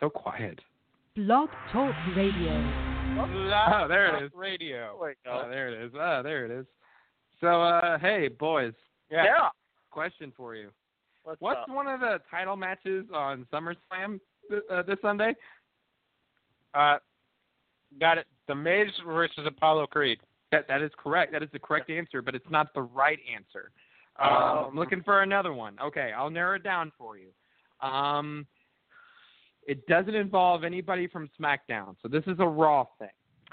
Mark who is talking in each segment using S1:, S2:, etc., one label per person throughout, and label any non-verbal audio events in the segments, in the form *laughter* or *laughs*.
S1: so quiet.
S2: Blog Talk Radio.
S1: Oh, there it is.
S3: Radio.
S4: There you go.
S1: Oh, there it is. Oh, there it is. So, uh, hey, boys.
S4: yeah.
S1: Question for you.
S4: What's,
S1: What's
S4: up?
S1: one of the title matches on SummerSlam th- uh, this Sunday?
S3: Uh, got it. The Miz versus Apollo Creed.
S1: That that is correct. That is the correct answer, but it's not the right answer. Um,
S4: Oh.
S1: I'm looking for another one. Okay, I'll narrow it down for you. Um, it doesn't involve anybody from SmackDown, so this is a Raw thing.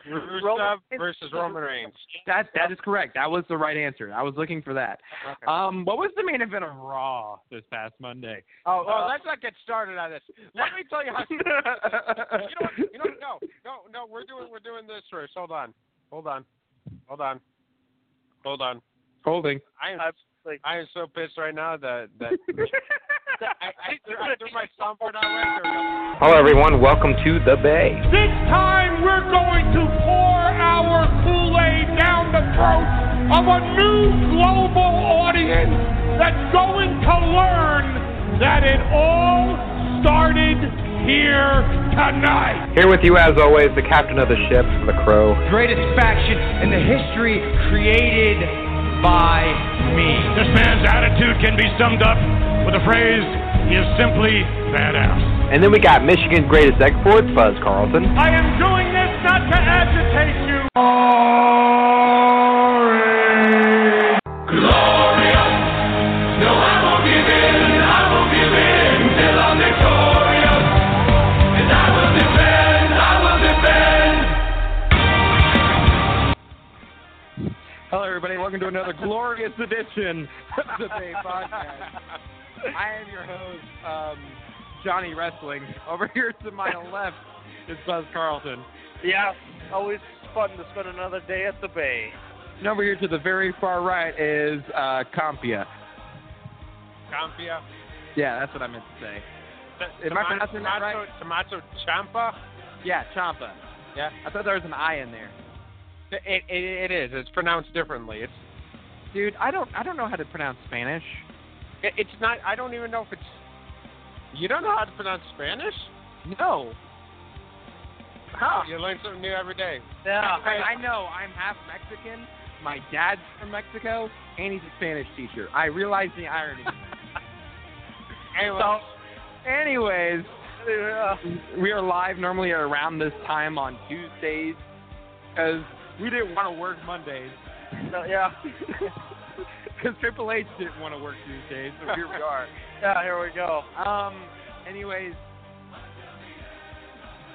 S3: Rusev
S4: Roman-
S3: versus Roman Reigns.
S1: That that is correct. That was the right answer. I was looking for that. Um, what was the main event of Raw this past Monday?
S3: Oh, well,
S4: uh,
S3: let's not get started on this. Let me tell you
S1: *laughs*
S3: how. you know what? You know, what? no, no, no. We're doing we're doing this first. Hold on, hold on, hold on, hold on.
S1: Holding.
S3: I am
S4: I'm like,
S3: I am so pissed right now that
S4: *laughs*
S3: that I, I, threw, I threw my soundboard out right there.
S5: Hello, everyone. Welcome to the Bay.
S6: This time we're going to pour our Kool-Aid down the throat of a new global audience that's going to learn that it all started here tonight.
S5: Here with you, as always, the captain of the ship, the Crow.
S7: greatest faction in the history created by me.
S6: This man's attitude can be summed up with a phrase, he is simply badass.
S5: And then we got Michigan greatest export, Buzz Carlson.
S6: I am doing this not to agitate you. Glory. Glorious. No, I won't give in. I won't give in till I'm victorious. And I will defend. I will defend.
S1: Hello, everybody. Welcome to
S3: *laughs*
S1: another glorious edition of *laughs* the Bay Podcast. I am your host, um, Johnny Wrestling. Over here to
S3: *laughs*
S1: my left is Buzz Carlton.
S4: yeah, always fun to spend another day at the bay.
S1: And over here to the very far right is uh, Compia.
S3: Campia.
S1: Yeah, that's what I meant to say. Am I pronouncing that
S3: Tomato,
S1: right?
S3: tomato champa.
S1: Yeah, Champa.
S3: Yeah.
S1: I thought there was an I in there.
S3: It, it, it is. It's pronounced differently. It's
S1: Dude, I don't I don't know how to pronounce Spanish.
S3: it, it's not. I don't even know if it's. You don't know how to pronounce Spanish?
S1: No.
S3: Huh? You learn something new every day.
S4: Yeah.
S1: Ah. I, I know. I'm half Mexican. My dad's from Mexico, and he's a Spanish teacher. I realize the irony.
S3: Anyway,
S1: Anyways, we are live normally around this time on Tuesdays because we didn't want to work Mondays
S4: No,
S1: *laughs*
S4: yeah.
S1: because Triple H didn't want to work Tuesdays, so here we are.
S4: Yeah, here we go.
S1: Um. Anyways,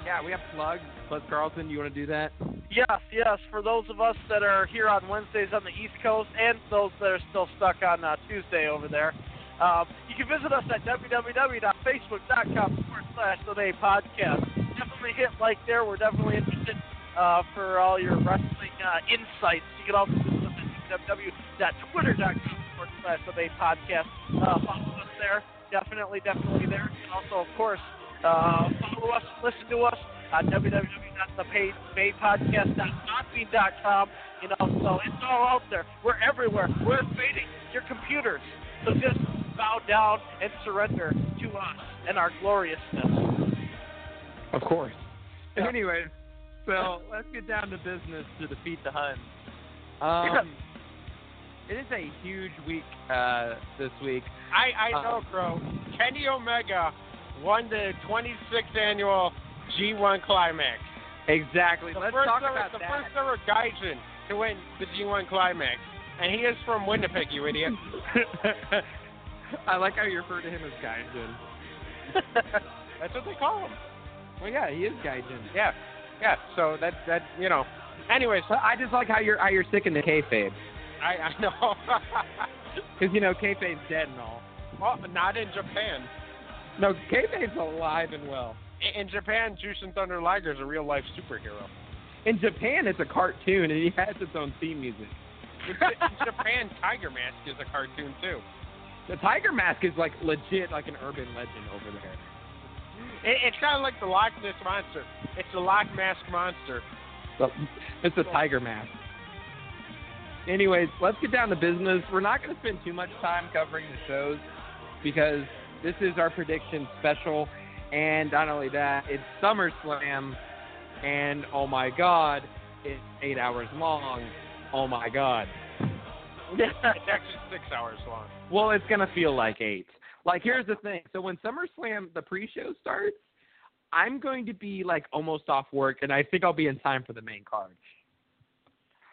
S1: yeah, we have plugs. Buzz Carlton, you want to do that?
S4: Yes, yes. For those of us that are here on Wednesdays on the East Coast and those that are still stuck on uh, Tuesday over there, um, you can visit us at www.facebook.com forward slash the Bay podcast. Definitely hit like there. We're definitely interested uh, for all your wrestling uh, insights. You can also visit us at www.twitter.com forward slash the Bay podcast. Uh, follow us there. Definitely, definitely there. And also, of course, uh, follow us, listen to us on www.thebaypodcast.podbean.com. You know, so it's all out there. We're everywhere. We're invading your computers. So just bow down and surrender to us and our gloriousness.
S1: Of course. Anyway, so let's get down to business to defeat the Huns. Um, it is a huge week uh, this week.
S3: I I
S1: Uh,
S3: know, Crow. Kenny Omega won the 26th annual G1 Climax.
S1: Exactly.
S3: The
S1: let's
S3: first
S1: talk
S3: ever,
S1: about
S3: the
S1: that.
S3: first ever Gaijin to win the G1 Climax, and he is from Winnipeg, you
S1: *laughs*
S3: idiot.
S1: I like how you refer to him as Gaijin.
S3: *laughs* That's what they call him.
S1: Well, yeah, he is Gaijin.
S3: Yeah, yeah. So that that you know. Anyways,
S1: But I just like how you're how you're sick in the kayfabe
S3: I I know. *laughs*
S1: because you know kayfabe's dead and all.
S3: well, not in Japan.
S1: No, kayfabe's alive and well.
S3: I- In Japan, Jushin Thunder Liger is a real life superhero.
S1: In Japan, it's a cartoon and he has its own theme music.
S3: In Ja-
S1: *laughs*
S3: *laughs* in Japan, Tiger Mask is a cartoon too.
S1: The tiger mask is like legit, like an urban legend over there.
S3: It, it's kind of like the Loch Ness monster. It's the Loch Mask monster.
S1: So, it's a tiger mask. Anyways, let's get down to business. We're not going to spend too much time covering the shows because this is our prediction special, And not only that, it's SummerSlam, and oh my God, it's eight hours long. Oh my God.
S3: It's actually six hours long.
S1: Well, it's gonna feel like eight. Like here's the thing. So when SummerSlam the pre-show starts, I'm going to be like almost off work, and I think I'll be in time for the main card.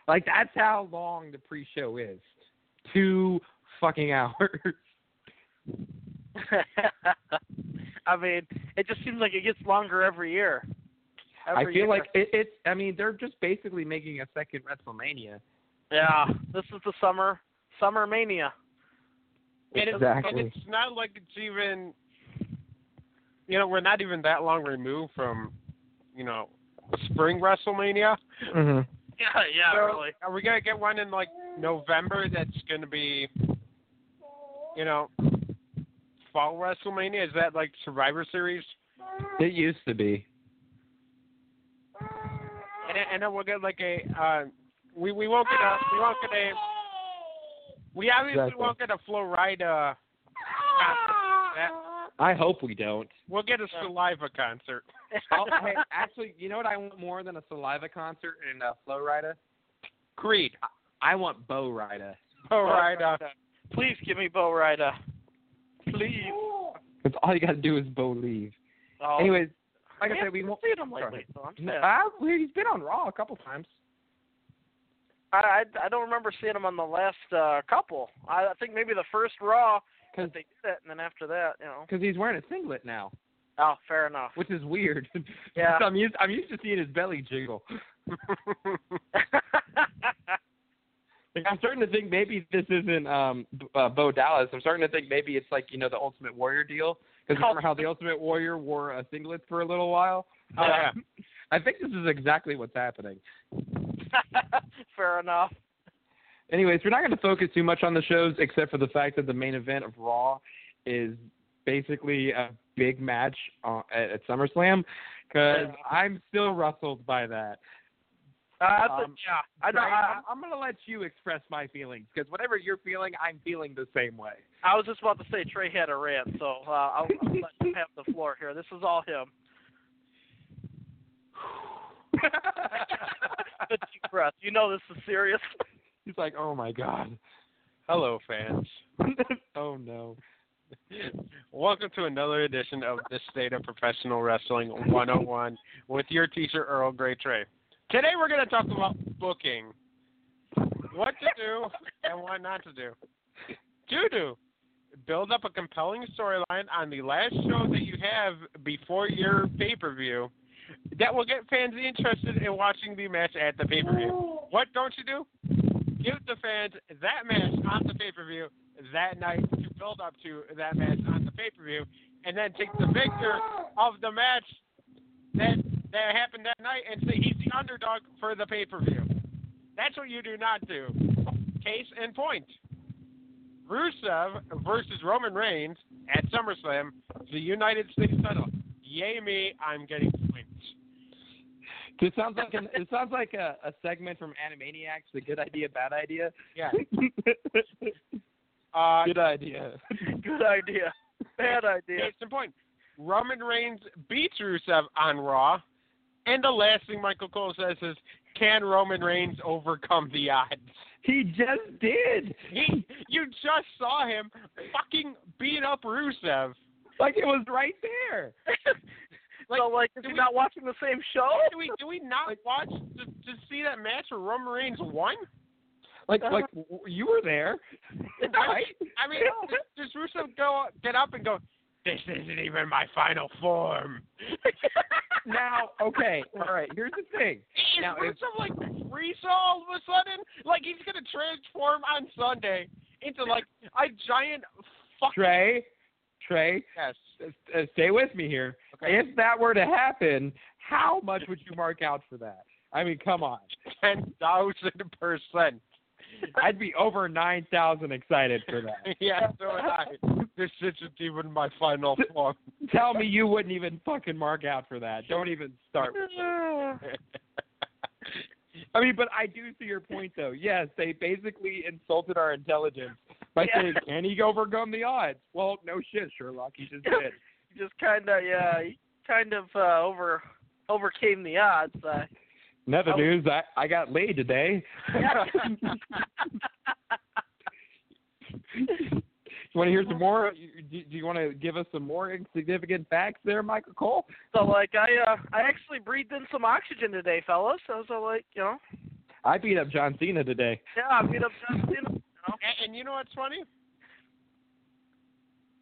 S1: Like that's how long the pre-show is. Two fucking *laughs* hours.
S4: *laughs* I mean, it just seems like it gets longer every year.
S1: I
S4: Every
S1: feel
S4: year.
S1: like it, it's. I mean, they're just basically making a second WrestleMania.
S4: yeah, this is the summer summer mania.
S3: And it's,
S1: Exactly.
S3: And it's not like it's even, you know, we're not even that long removed from, you know, spring WrestleMania.
S1: Mm-hmm.
S4: *laughs* Yeah, yeah,
S3: So,
S4: *laughs* really.
S3: Are we gonna get one in like November? That's gonna be, you know, fall WrestleMania. Is that like Survivor Series?
S1: It used to be.
S3: And then, and then we'll get like a. Uh, we we won't get a we won't get a. We obviously
S1: Exactly.
S3: won't get a Florida. concert.
S1: I hope we don't.
S3: We'll get a saliva concert.
S1: I'll, hey, *laughs* actually, you know what I want more than a saliva concert and a flow rider?
S3: Creed.
S1: I want Bo Rida.
S3: All right. Uh,
S4: Please give me Bo Rida. Please.
S1: That's all you got to do is Bo leave.
S4: Oh,
S1: Anyways, like
S4: I
S1: I said, we
S4: haven't
S1: won't.
S4: seen him
S1: Go
S4: lately, so I'm
S1: No,
S4: sad.
S1: I, he's been on Raw a couple times.
S4: I, I I don't remember seeing him on the last uh couple. I, I think maybe the first Raw
S1: Cause,
S4: they did it, and then after that, you know.
S1: Cause he's wearing a singlet now,
S4: Oh, fair enough.
S1: *laughs* which is weird.
S4: Yeah. *laughs*
S1: I'm used. I'm used to seeing his belly jiggle. Like, I'm starting to think maybe this isn't um B- uh, Bo Dallas. I'm starting to think maybe it's like you know the Ultimate Warrior deal. Because
S4: Oh.
S1: remember how the Ultimate Warrior wore a singlet for a little while?
S3: Oh, yeah.
S1: Um, I think this is exactly what's happening.
S4: fair enough.
S1: Anyways, we're not going to focus too much on the shows except for the fact that the main event of Raw is basically a big match uh, at, at SummerSlam because I'm still ruffled by that.
S4: Uh, I think-
S1: Um,
S4: yeah, I know.
S1: Craig,
S4: I,
S1: I'm, I'm going to let you express my feelings because whatever you're feeling, I'm feeling the same
S4: *laughs*
S1: way.
S4: I was just about to say Trey had a rant, so uh, I'll, I'll let him have the floor here. This is all him. Good deep breath. You know this is serious. *laughs*
S1: He's like, oh my God.
S3: *laughs* Hello, fans.
S1: oh no.
S3: Welcome to another edition of the State of Professional Wrestling 101 with your teacher Earl Grey Trey. Today we're going to talk about booking, what to do and what not to do. To do, build up a compelling storyline on the last show that you have before your pay-per-view that will get fans interested in watching the match at the pay-per-view. What don't you do? give the fans that match on the pay per view that night to build up to that match on the pay per view, and then take the victor of the match that that happened that night and say he's the underdog for the pay per view. That's what you do not do. Case in point. Rusev versus Roman Reigns at SummerSlam, the United States title. Yay me, I'm getting points.
S1: This sounds like an, it sounds like a, a segment from Animaniacs, the good idea, bad
S4: *laughs*
S1: idea.
S3: Yeah.
S1: Uh,
S3: Uh,
S1: good idea.
S4: Good idea. Bad
S3: *laughs*
S4: idea.
S3: Case in point, Roman Reigns beats Rusev on Raw, and the last thing Michael Cole says is, "Can Roman Reigns overcome the odds?" *laughs*
S1: He just did.
S3: He, you just saw him fucking beat up Rusev.
S1: *laughs* Like it was right there.
S4: so like, is
S3: do
S4: he
S3: we-
S4: not watching the same show?
S3: Do we do we not watch to, to see that match where Roman Reigns won?
S1: Like like w- you were there, right?
S3: I mean, does, does Rusev go get up and go? This isn't even my final form.
S1: Now, okay, all right. Here's the thing.
S3: Is
S1: Now, if-
S3: Rusev like Frieza all of a sudden? Like he's gonna transform on Sunday into like a giant fucking
S1: Trey, Trey,
S3: yes.
S1: s- uh, stay with me here.
S3: Okay.
S1: If that were to happen, how much would you mark out for that? I mean, come on.
S3: Ten thousand percent. *laughs*
S1: I'd be over nine thousand excited for that.
S3: Yeah, so would I. This isn't even my *laughs* final form.
S1: Tell me you wouldn't even fucking mark out for that. Don't even start. with it. I mean, but I do see your point though. Yes, they basically insulted our intelligence by
S4: Yeah.
S1: saying, "Can he overcome the odds?" Well, no shit, Sherlock. He just did.
S4: he *laughs* just kind of yeah, he kind of uh, over overcame the odds. Uh,
S1: Another news, I, I got laid today. you want to hear some more? Do, do you want to give us some more significant facts there, Michael Cole?
S4: so like I uh, I actually breathed in some oxygen today, fellas. I was uh, like you know
S1: I beat up John Cena today.
S4: yeah I beat up John Cena. *laughs* You know?
S3: And, and you know what's funny?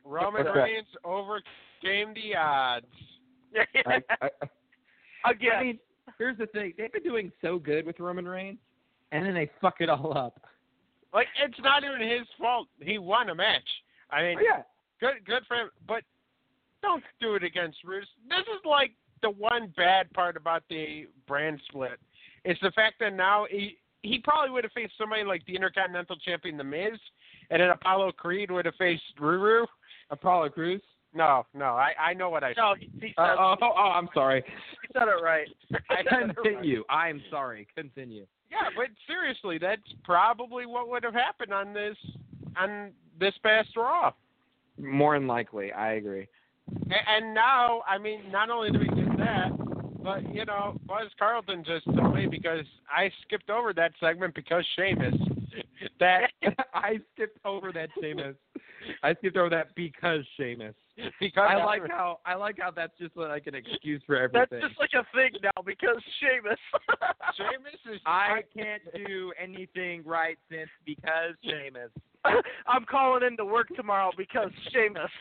S3: Roman
S1: What's that?
S3: Reigns overcame the odds.
S1: I, I,
S4: Again,
S1: I mean, here's the thing. They've been doing so good with Roman Reigns, and then they fuck it all up.
S3: Like it's not even his fault. He won a match. I mean,
S1: Oh, yeah.
S3: good good for him, but don't do it against Rusev. This is like the one bad part about the brand split. It's the fact that now he he probably would have faced somebody like the Intercontinental Champion, The Miz, and then Apollo Creed would have faced Ruru.
S1: Apollo Cruz.
S3: No, no, I I know what I.
S4: no, he, he, said,
S1: Uh, oh, oh, oh, I'm *laughs* sorry.
S4: he said it
S3: *laughs*
S4: right.
S1: I
S4: *laughs*
S1: continue. I'm sorry. Continue.
S3: Yeah, but seriously, that's probably what would have happened on this on this past Raw.
S1: More than likely, I agree.
S3: A- And now, I mean, not only do we get that, but you know, Buzz Carlton just told me because I skipped over that segment because Sheamus. *laughs* That
S1: *laughs* I skipped over that Seamus. I skipped over that because Seamus.
S3: because
S1: I like how I like how that's just like an excuse for everything.
S4: That's just like a thing now because Sheamus.
S3: Sheamus is.
S1: I can't do anything right since because Seamus.
S4: *laughs* I'm calling in to work tomorrow because Sheamus.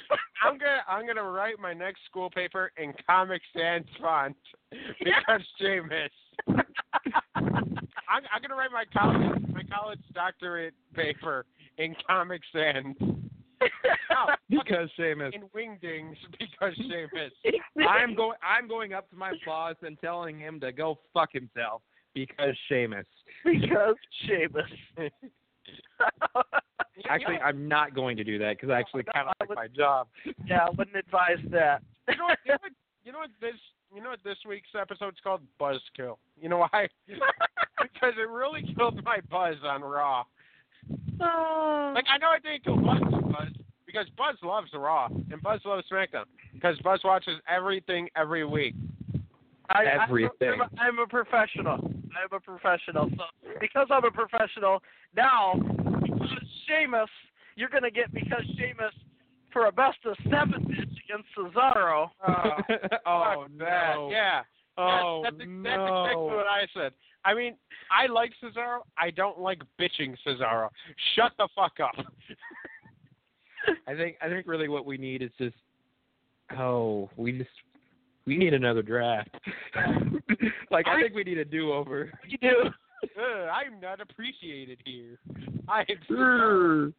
S3: I'm gonna I'm gonna write my next school paper in Comic Sans
S1: *laughs*
S3: font because Sheamus. I'm, I'm gonna write my college my college doctorate paper in Comic
S1: *laughs*
S3: Sans. No,
S1: Because Seamus.
S3: in Wingdings because Sheamus.
S1: I'm going. I'm going up to my boss and telling him to go fuck himself because Seamus.
S4: *laughs* because
S3: *laughs*
S4: Sheamus. *laughs*
S1: Actually, I'm not going to do that because I actually kind of like my job.
S4: yeah, I wouldn't advise that.
S3: you know what? You know what, you know what this? You know what this week's episode's called? Buzzkill. You know
S1: *laughs*
S3: why? because it really killed my buzz on Raw.
S4: *laughs*
S3: Like I know I didn't kill Buzz, Buzz because Buzz loves Raw and Buzz loves SmackDown because Buzz watches everything every week.
S4: I,
S1: Everything.
S4: I'm a, I'm a professional. I'm a professional. So because I'm a professional, now because Sheamus, you're gonna get because Sheamus for a best of seven match against Cesaro.
S3: Oh,
S1: *laughs* oh
S3: fuck that.
S1: no!
S3: Yeah.
S1: Oh
S3: that's, that's, ex- that's exactly
S1: no!
S3: what I said. I mean, I like Cesaro. I don't like bitching Cesaro. Shut the fuck up.
S1: I think I think really what we need is just oh we just we need another draft. *laughs* like I,
S3: I-
S1: think we need a do over.
S4: You do.
S3: Ugh, I'm not appreciated here. I am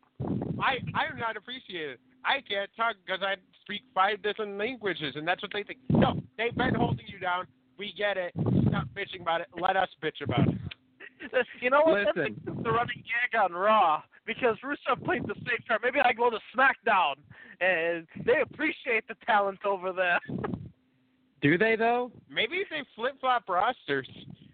S3: I I'm not appreciated. I can't talk because I speak five different languages, and that's what they think. No, they've been holding you down. We get it. Stop bitching about it. Let us bitch about it.
S4: You know what? That's
S1: Listen.
S4: the- the running gag on Raw because Rusev played the same card. Maybe I go to SmackDown, and they appreciate the talent over there. *laughs*
S1: Do they though?
S3: Maybe if they flip flop rosters,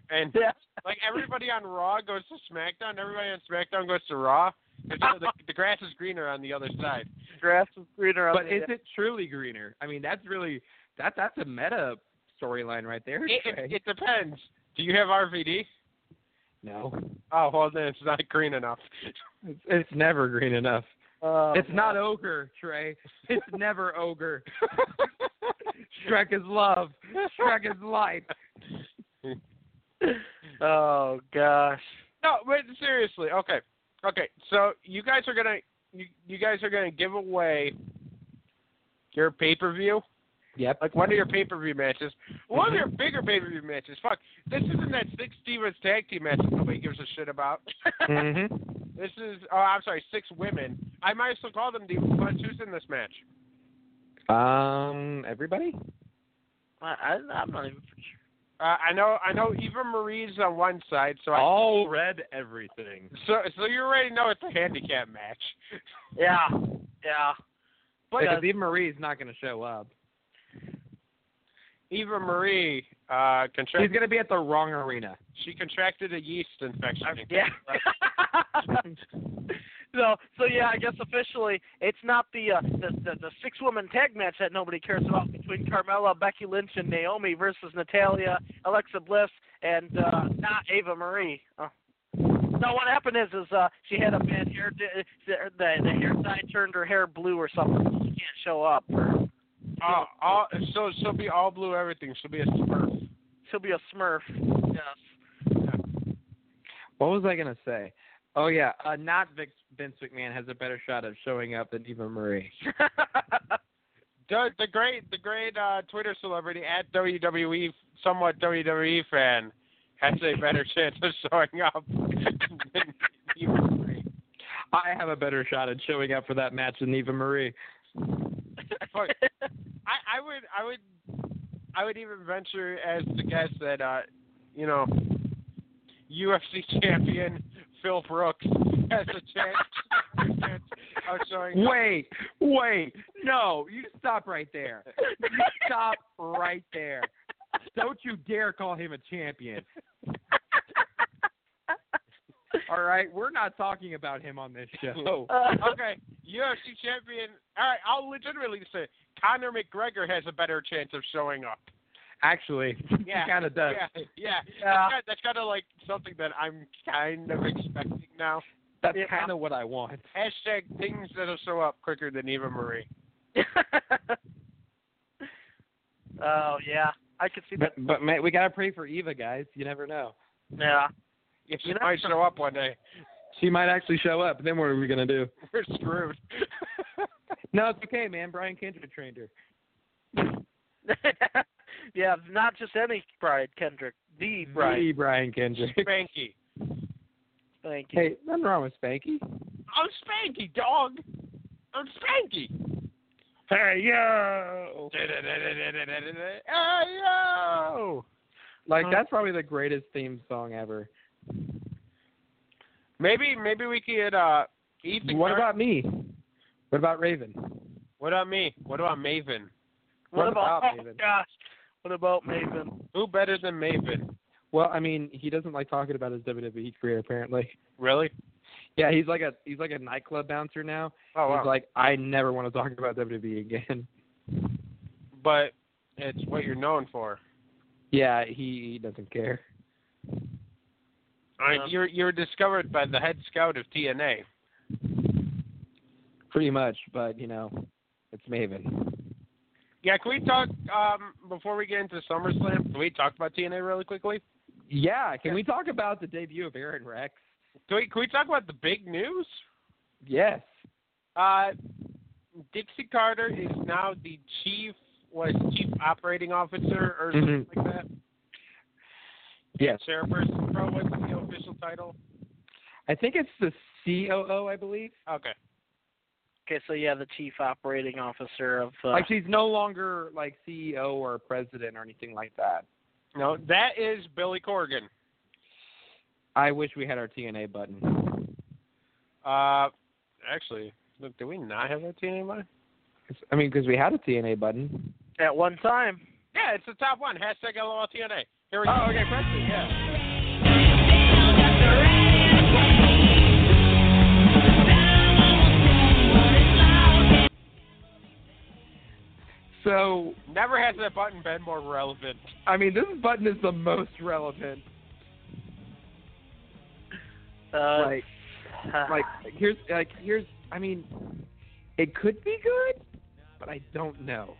S3: and
S4: yeah.
S3: like everybody on Raw goes to SmackDown, everybody on SmackDown goes to Raw. 'cause, you know, the, the grass is greener on the other side.
S4: Grass is greener on
S1: But
S4: the
S1: is it truly greener? I mean that's really that that's a meta storyline right there.
S3: It,
S1: Trey.
S3: it, it depends. Do you have RVD?
S1: no,
S3: Oh well, then it's not green enough.
S1: it's, it's never green enough.
S4: Oh,
S1: it's not ogre, *laughs* Trey. It's never ogre. Shrek is love. Shrek is life.
S4: Oh gosh.
S3: No, but seriously, okay, okay. So you guys are gonna you, you guys are gonna give away your pay per view,
S1: Yep.
S3: like one of your pay per view matches, one of your bigger pay per view matches. Fuck, this isn't that six Divas tag team match that nobody gives a shit about.
S1: Mm-hmm.
S3: *laughs* this is oh, I'm sorry, six women. I might as well call them Divas. But who's in this match?
S1: Um, everybody?
S4: I, I I'm not even sure.
S3: Uh, I know I know Eva Marie's on one side, so I,
S1: All red everything.
S3: so so you already know it's a handicap match. *laughs*
S4: Yeah. Yeah. But
S1: Because Eva Marie's not going to show up.
S3: Eva Marie uh, contracted
S1: She's going to be at the wrong arena.
S3: She contracted a yeast infection.
S4: yeah. *laughs* So so yeah, I guess officially it's not the uh, the, the the six woman tag match that nobody cares about between Carmella, Becky Lynch, and Naomi versus Natalia, Alexa Bliss, and uh, not Ava Marie. Oh. No, what happened is is uh, she had a bad hair di- the the, the hair dye turned her hair blue or something. so She can't show up. Or
S3: Uh, all, so she'll be all blue everything. She'll be a smurf.
S4: she'll be a Smurf. Yes. *laughs*
S1: What was I gonna say? Oh yeah, uh, not Vic, Vince McMahon has a better shot of showing up than Eva Marie.
S3: The, the great the great uh, Twitter celebrity at WWE somewhat WWE fan has a better *laughs* chance of showing up *laughs* than you three.
S1: I have a better shot at showing up for that match than Eva Marie.
S3: Fuck.
S4: *laughs*
S3: I, I would I would I would even venture as to guess that uh you know UFC champion Phil Brooks *laughs* has a chance, *laughs* a chance of showing up.
S1: Wait, wait, no, you stop right there. You stop right there. Don't you dare call him a champion. All right, we're not talking about him on this show.
S3: Okay, UFC champion. All right, I'll legitimately say Conor McGregor has a better chance of showing up.
S1: Actually,
S3: Yeah,
S1: he kind of does.
S3: *laughs* Yeah, yeah.
S4: Yeah.
S3: That's, kind of, that's kind of like something that I'm kind of expecting now.
S1: That's
S4: Yeah.
S1: kind of what I want.
S3: Hashtag things that'll show up quicker than Eva Marie.
S4: oh yeah, I could see that.
S1: but man, we gotta pray for Eva, guys. You never know.
S4: Yeah.
S3: If she
S4: You know-
S3: might show up one day, *laughs*
S1: She might actually show up. Then what are we gonna do?
S3: we're screwed. *laughs*
S1: No, it's okay, man. Brian Kendrick trained her.
S4: *laughs* yeah, not just any bride, Kendrick. The bride.
S1: The Brian Kendrick.
S3: Spanky.
S4: Thank
S1: *laughs*
S4: you.
S1: Hey, nothing wrong with Spanky.
S3: I'm Spanky, dog. I'm Spanky.
S1: Hey yo.
S3: Hey, yo.
S1: Like
S4: Uh,
S1: that's probably the greatest theme song ever.
S3: Maybe, maybe we could uh, Ethan.
S1: What
S3: Carter-
S1: about me? What about Raven?
S3: what about me? What about Maven?
S4: What,
S1: What *laughs*
S4: about,
S1: about
S4: oh, *laughs*
S1: Maven?
S4: gosh? What about Maven?
S3: Who better than Maven?
S1: Well, I mean, he doesn't like talking about his WWE career apparently.
S3: Really?
S1: Yeah, he's like a he's like a nightclub bouncer now.
S3: Oh, wow.
S1: He's like, I never want to talk about WWE again. *laughs*
S3: but it's what you're known for.
S1: Yeah, he, he doesn't care.
S3: I mean,
S4: Yeah.
S3: you were, you were discovered by the head scout of TNA.
S1: Pretty much, but you know, it's Maven.
S3: Yeah, can we talk um, before we get into SummerSlam? Can we talk about TNA really quickly?
S1: Yeah, can we talk about the debut of Aaron Rex?
S3: Can we can we talk about the big news?
S1: Yes.
S3: Uh, Dixie Carter is now the chief was chief operating officer or something
S1: Mhm.
S3: like that.
S1: Yes.
S3: Chairperson, bro. What's the official title?
S1: I think it's the COO, I believe.
S3: Okay.
S4: Okay, so yeah, the chief operating officer of. Uh,
S1: Like she's no longer like CEO or president or anything like that.
S3: No, that is Billy Corgan.
S1: I wish we had our TNA button.
S3: Uh, actually, look, do we not have a TNA line?
S1: I mean, because we had a TNA button.
S4: at one time.
S3: Yeah, it's the top one. Hashtag LOL TNA. Here we go.
S1: Oh, okay, press it, yeah. So,
S3: Never has that button been more relevant.
S1: I mean, this button is the most relevant.
S4: Uh, *laughs*
S1: Like, like here's, like here's. I mean, it could be good, but I don't know.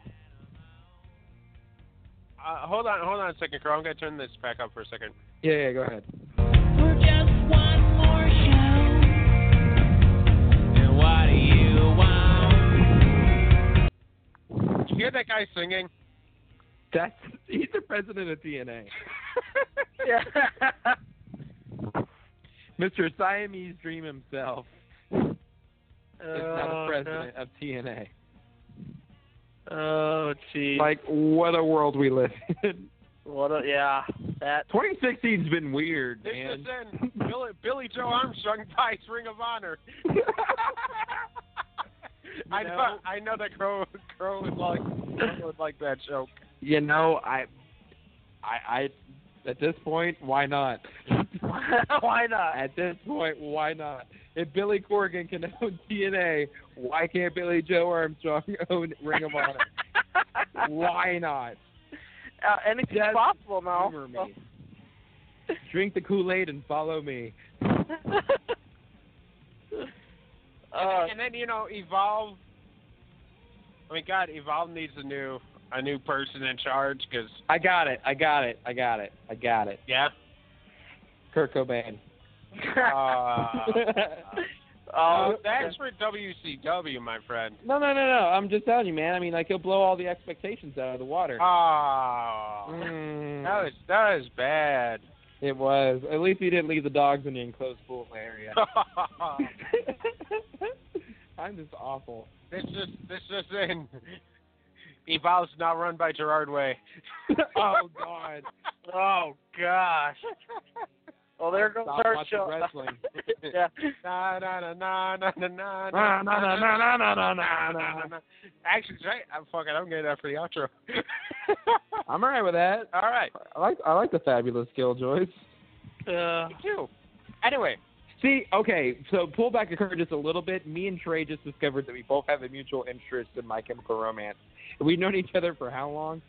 S3: Uh, hold on, hold on a second, Carl. I'm gonna turn this back up for a second.
S1: Yeah, yeah, go ahead.
S3: Did you hear that guy singing?
S1: That's *laughs* he's the president of TNA, *laughs*
S4: yeah.
S1: Mr. Siamese Dream himself. Is now the president of TNA.
S4: Oh, geez.
S1: Like, what a world we live in.
S4: What? A, yeah. That. *laughs*
S1: 2016's been weird,
S3: This
S1: man.
S3: is in *laughs* Billy, Billy Joe Armstrong *laughs* buys Ring of Honor.
S1: *laughs*
S3: I
S1: You
S3: know,
S1: know-
S3: I know that Crow, Crow would like, Crow would like that joke.
S1: you know, I, I, *laughs* I, at this point, why not?
S4: Why not?
S1: At this point, why not? If Billy Corgan can own *laughs* TNA, why can't Billy Joe Armstrong *laughs* own Ring of
S4: *laughs*
S1: Honor? why not?
S4: Uh, anything's
S1: Just
S4: possible now.
S1: Humor
S4: *laughs*
S1: me. Drink the Kool Aid and follow me.
S4: uh, *laughs*
S3: and then you know, evolve. I mean, God, evolve needs a new a new person in charge because
S1: I got it. I got it. I got it. I got it.
S3: *laughs* yeah.
S1: Kurt *laughs* Cobain.
S3: Uh,
S4: uh,
S3: oh, that's for WCW, my friend.
S1: no, no, no, no. I'm just telling you, man. I mean, like he'll blow all the expectations out of the water.
S3: Oh,
S1: Oh, Mm.
S3: that was that was bad. *laughs*
S1: It was. At least he didn't leave the dogs in the enclosed pool *laughs* area. I'm just awful.
S3: this just this just in. Evolve's not run by Gerard Way.
S1: *laughs* oh *laughs* God.
S4: oh gosh. *laughs* Well, there goes
S1: Stop
S4: our
S1: watching
S4: show.
S1: wrestling.
S4: *laughs* yeah.
S3: na na na na na na
S1: Na, na,
S3: na
S1: na, na, na, na, na, na, na.
S3: Actually, right? I'm fucking. I'm getting that for the outro. *laughs*
S1: I'm alright with that.
S3: All right.
S1: I like I like the fabulous Killjoys. *laughs*
S4: Uh,
S3: Me too. Anyway,
S1: See, okay, so pull back the curtain just a little bit. Me and Trey just discovered that we both have a mutual interest in My Chemical Romance. We've known each other for how long?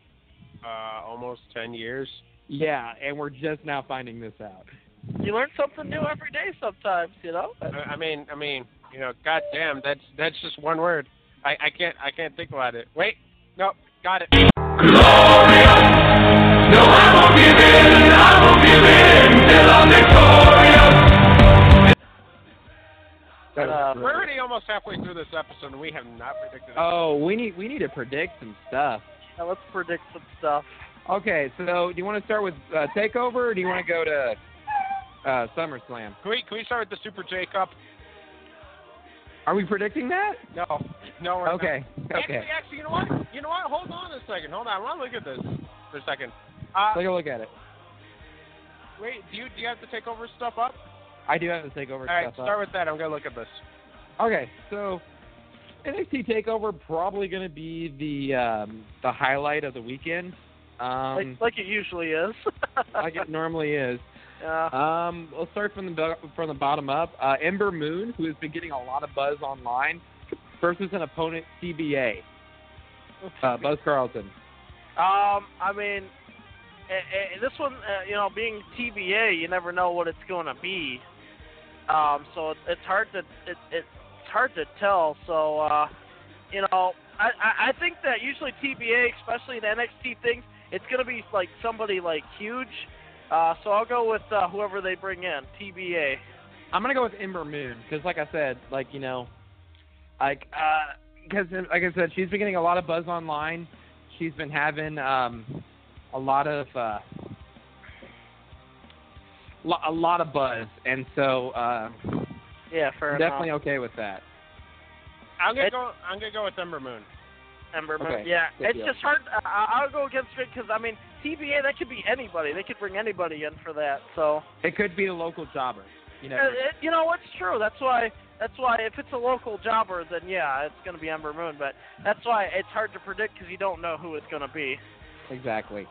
S3: uh, almost ten years.
S1: Yeah, and we're just now finding this out.
S4: you learn something new every day sometimes, you know?
S3: I, I mean, I mean, you know, goddamn, that's that's just one word. I I can't I can't think about it. Wait, nope, got it.
S4: Uh,
S3: We're already almost halfway through this episode, and we have not predicted. it.
S1: Oh, we need we need to predict some stuff.
S4: Now let's predict some stuff.
S1: Okay, so do you want to start with uh, Takeover, or do you want to go to uh, SummerSlam?
S3: Can we can we start with the Super J Cup?
S1: Are we predicting that?
S3: No, no, we're not.
S1: Okay, okay.
S3: Actually, actually, you know what? You know what? Hold on a second. Hold on. I want to look at this for a second. Uh,
S1: Take a look at it.
S3: wait. Do you do you have to take over stuff up?
S1: I do have the Takeover
S3: All right.
S1: stuff. up.
S3: Start with that. I'm gonna look at this.
S1: Okay, so NXT Takeover probably going to be the um, the highlight of the weekend, um,
S4: like, like it usually is. *laughs*
S1: like it normally is.
S4: yeah.
S1: Um, we'll start from the bo- from the bottom up. Uh, Ember Moon, who has been getting a lot of buzz online, versus an opponent CBA,
S4: *laughs*
S1: uh, Buzz Carlton.
S4: Um, I mean, eh, eh, this one, uh, you know, being TBA, you never know what it's going to be. Um, so it, it's hard to it, it, it's hard to tell. So uh, you know, I, I I think that usually TBA, especially in NXT things, it's going to be like somebody like huge. Uh, so I'll go with uh, whoever they bring in, TBA.
S1: I'm gonna go with Ember Moon because, like I said, like you know, like uh, because like I said, she's been getting a lot of buzz online. She's been having um, a lot of uh, lo- a lot of buzz, and so uh,
S4: Yeah, fair enough.
S1: definitely okay with that.
S3: I'm gonna
S4: It-
S3: go. I'm gonna go with Ember Moon.
S4: Ember Moon.
S1: Okay,
S4: Yeah,
S1: good
S4: it's
S1: deal.
S4: just hard. I- I, I'll go against it because I mean TBA. That could be anybody. They could bring anybody in for that. So
S1: It could be a local jobber, you know.
S4: Uh, it- you know what's true. That's why. That's why if it's a local jobber, then yeah, it's going to be Ember Moon. But that's why it's hard to predict because you don't know who it's going to be.
S1: Exactly.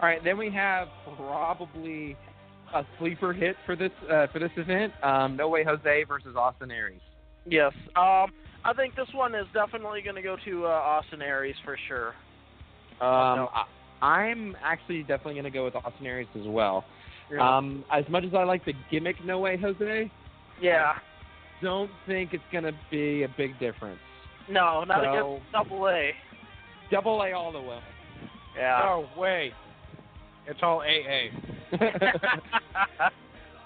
S1: All right, then we have probably a sleeper hit for this uh, for this event. Um, no way, Jose versus Austin Aries.
S4: Yes. Um, I think this one is definitely going to go to uh, Austin Aries for sure.
S1: Um, I, I'm actually definitely going to go with Austin Aries as well.
S4: Yeah.
S1: Um, as much as I like the gimmick No Way Jose,
S4: yeah.
S1: don't think it's going to be a big difference.
S4: No, not
S1: so-
S4: against Double A. Oh.
S1: Double A all the *laughs* way.
S4: Yeah.
S1: Ah.
S3: No way. It's all AA.
S1: *laughs*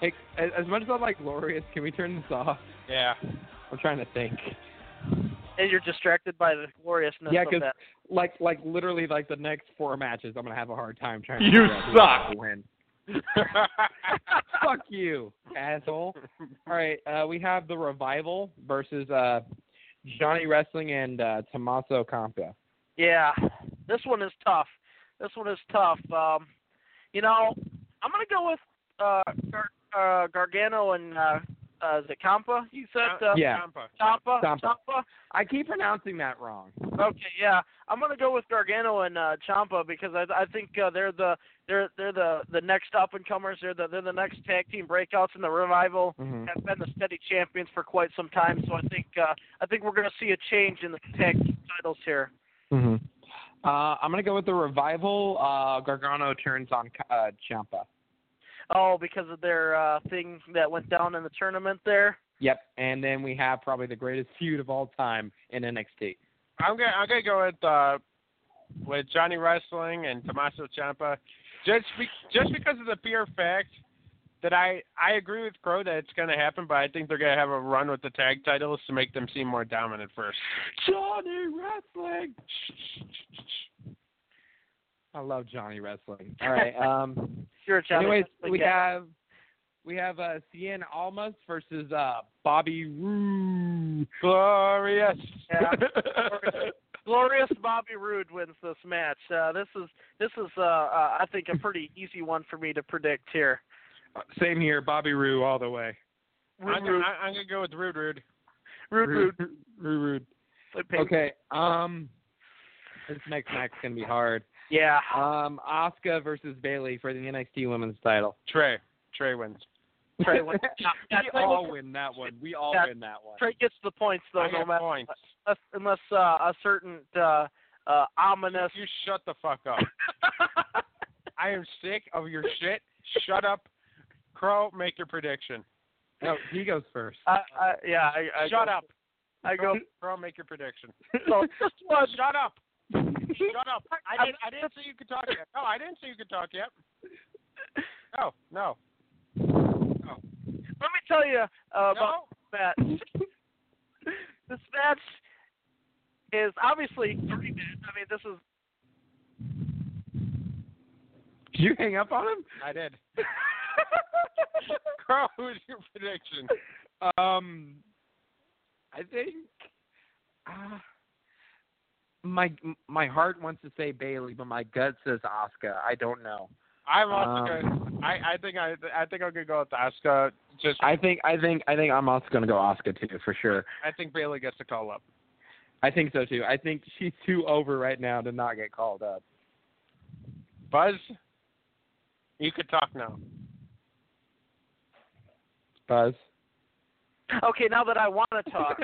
S1: Like, as as much as I like Glorious, can we turn this off?
S3: *laughs* Yeah.
S1: I'm trying to think.
S4: and you're distracted by the gloriousness
S1: Yeah,
S4: of
S1: 'cause
S4: that.
S1: Like, like literally, like the next four matches, I'm gonna have a hard time trying to.
S6: You
S1: figure out who's gonna Win. *laughs* Fuck you, asshole. All right, uh, we have the revival versus uh, Johnny Wrestling and uh, Tommaso Ciampa.
S4: Yeah, this one is tough. This one is tough. Um, you know, I'm gonna go with uh, Gar- uh, Gargano and uh, uh, Zacampa. You said uh,
S1: Yeah.
S3: Champa.
S4: Ciampa?
S1: Ciampa.
S4: Ciampa?
S1: I keep pronouncing that wrong.
S4: Okay, yeah. I'm gonna go with Gargano and uh, Champa because I I think uh, they're the they're they're the the next up and comers. They're the they're the next tag team breakouts in the revival.
S1: Mhm.
S4: Have been the steady champions for quite some time. So I think uh, I think we're gonna see a change in the tag team titles here.
S1: Mm-hmm. Uh, I'm gonna go with the revival. Uh, Gargano turns on uh, Champa.
S4: Oh, because of their uh, thing that went down in the tournament there.
S1: Yep, and then we have probably the greatest feud of all time in NXT.
S3: I'm gonna I'm gonna go with uh with Johnny Wrestling and Tommaso Ciampa, just be, just because of the pure fact that I I agree with Crow that it's gonna happen, but I think they're gonna have a run with the tag titles to make them seem more dominant first.
S1: Johnny Wrestling. *laughs* I love Johnny Wrestling. All right. *laughs* Um.
S4: Sure, Johnny.
S1: Anyways,
S4: Wrestling,
S1: we
S4: yeah.
S1: have we have uh, Cien Almas versus uh, Bobby Roode.
S3: Glorious.
S4: Yeah. Glorious Bobby Roode wins this match. Uh, this is this is uh, uh, I think a pretty *laughs* easy one for me to predict here.
S1: *laughs* Same here, Bobby Roode all the way.
S3: I'm, gonna, I'm gonna go with Rude Rude.
S4: Roode, Roode,
S1: Roode.
S4: Roode.
S1: Okay. Um. This next match is gonna be hard.
S4: Yeah.
S1: Um, Oscar versus Bailey for the NXT Women's title.
S3: Trey. Trey wins.
S1: *laughs*
S4: Trey wins.
S1: we all win that one. We all
S4: Yeah.
S1: win that one.
S4: Trey gets the points though,
S3: I
S4: no
S3: get
S4: matter
S3: points.
S4: unless, unless uh, a certain uh, uh, ominous.
S3: You shut the fuck up. I am sick of your shit. Shut up. Crow, make your prediction.
S1: No, he goes first.
S4: *laughs* I, I, yeah, I, I
S3: Shut
S4: go,
S3: up. *laughs*
S4: I go.
S3: Crow, make your prediction.
S4: So just one.
S3: Shut
S4: *laughs*
S3: up. Shut up. I didn't. I didn't say you could talk yet. No, I didn't say you could talk yet. No, no,
S4: Let me tell you uh, about
S3: no.
S4: match. *laughs* this match is obviously three minutes. I mean, this is
S1: Did you hang up on him?
S3: I
S4: *laughs*
S3: did. *laughs* Crow, who's your prediction?
S1: Um, I think uh, my my heart wants to say Bailey, but my gut says Oscar. I don't know.
S3: I'm also
S1: Um,
S3: gonna. I, I think I. I think I'm gonna go with Asuka. Just.
S1: I think I think I think I'm also gonna go Oscar too for sure.
S3: I think Bailey gets the call up.
S1: I think so too. I think she's too over right now to not get called up.
S3: Buzz. You could talk now.
S1: Buzz.
S4: okay. Now that I want
S3: *laughs*
S4: to talk,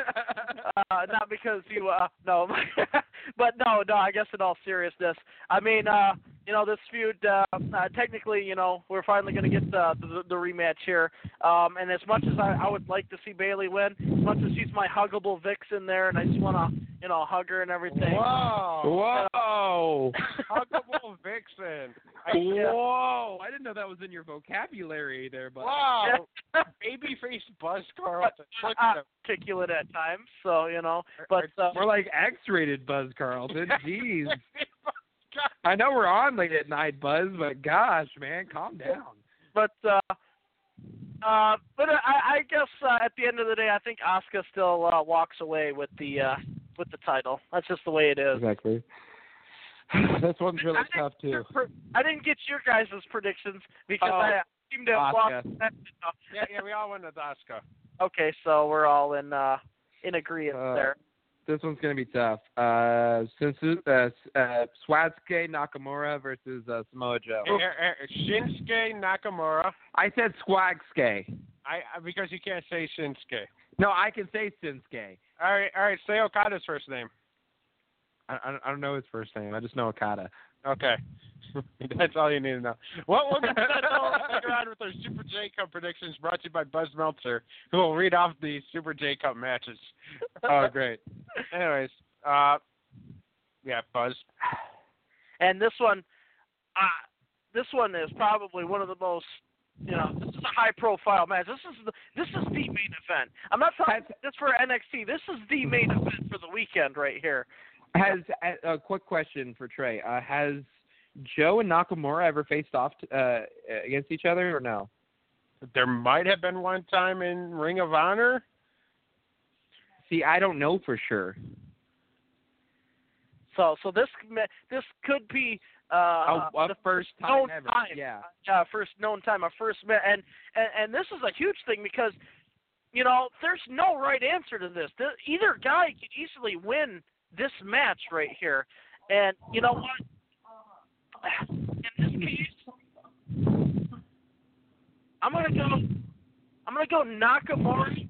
S4: uh, not because you uh, no, *laughs* but no, no. I guess in all seriousness, I mean, uh, you know, this feud. Uh, uh, technically, you know, we're finally going to get the, the the rematch here. Um, and as much as I, I would like to see Bailey win, as much as she's my huggable vixen there, and I just want to, you know, hug her and everything. *laughs*
S3: Whoa.
S1: Whoa!
S3: Huggable Vixen. I,
S1: Whoa! I didn't know that was in your vocabulary there, *laughs* but
S4: *laughs*
S3: Wow. Babyface Buzz Carlton. Look at
S4: Uh,
S3: him.
S4: articulate at times, so you know. But uh,
S1: we're like X-rated Buzz *laughs* Carlton.
S3: *laughs*
S1: Jeez. I know we're on late at night, Buzz, but gosh, man, calm down.
S4: but uh, uh, but I, I guess uh, at the end of the day, I think Asuka still uh, walks away with the uh, with the title. That's just the way it is.
S1: Exactly. *sighs* this one's really
S4: I
S1: tough
S4: didn't,
S1: too.
S4: get your pre- I didn't get your guys' predictions because
S1: Oh,
S4: I seem to
S1: Asuka.
S4: have lost. that, you
S3: Yeah,
S4: know.
S3: yeah, we all went with Asuka.
S4: Okay, so we're all in uh, in agreement
S1: Uh,
S4: there.
S1: This one's gonna be tough. Uh, since uh, uh, Swatsuke Nakamura versus uh, Samoa Joe.
S3: Eh, eh, eh, Shinsuke Nakamura.
S1: I said Swatsuke.
S3: I I- because you can't say Shinsuke.
S1: No, I can say Sinsuke.
S3: All right, all right. Say Okada's first name.
S1: I, I, I don't know his first name. I just know Okada.
S3: Okay, *laughs* that's all you need to know. Well, we'll get to that all later on with our Super J Cup predictions, brought to you by Buzz Meltzer, who will read off the Super J Cup matches. Oh, great. Anyways, uh, yeah, Buzz.
S4: And this one, uh, this one is probably one of the most, you know, this is a high-profile match. This is the this is the main event. I'm not talking just for NXT. This is the main event for the weekend right here.
S1: Has uh, a a quick question for Trey. Uh, has Joe and Nakamura ever faced off t- uh, against each other or no?
S3: There might have been one time in Ring of Honor.
S1: See, I don't know for sure.
S4: So so this ma- this could be uh,
S1: a, a
S4: the
S1: Oh, first time
S4: known
S1: ever.
S4: time.
S1: Yeah.
S4: uh, first known time, a first ma- and, and and this is a huge thing because you know there's no right answer to this. The, either guy could easily win this match right here, And you know what? In this case, I'm gonna go. I'm gonna go Nakamura,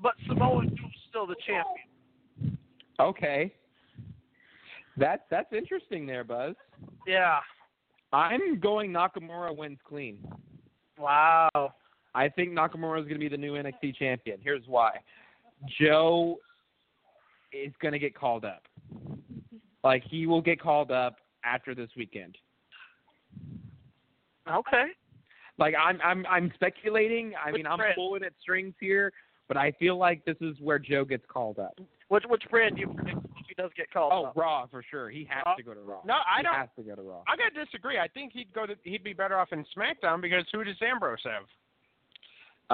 S4: but Samoa Joe's still the champion.
S1: Okay. That's that's interesting there, Buzz.
S4: Yeah.
S1: I'm going Nakamura wins clean.
S4: Wow.
S1: I think Nakamura is going to be the new NXT champion. Here's why. Joe is going to get called up. Like he will get called up after this weekend.
S4: Okay.
S1: Like I'm I'm I'm speculating. I
S4: Which
S1: mean, I'm
S4: brand?
S1: pulling at strings here, but I feel like this is where Joe gets called up.
S4: Which which brand do you predict if he does get called
S1: Oh,
S4: up?
S1: Raw for sure. He has
S3: Raw?
S1: to go to Raw.
S3: No, I
S1: he
S3: don't.
S1: Has to go to Raw.
S3: I gotta disagree. I think he'd go. To, he'd be better off in SmackDown because who does Ambrose have?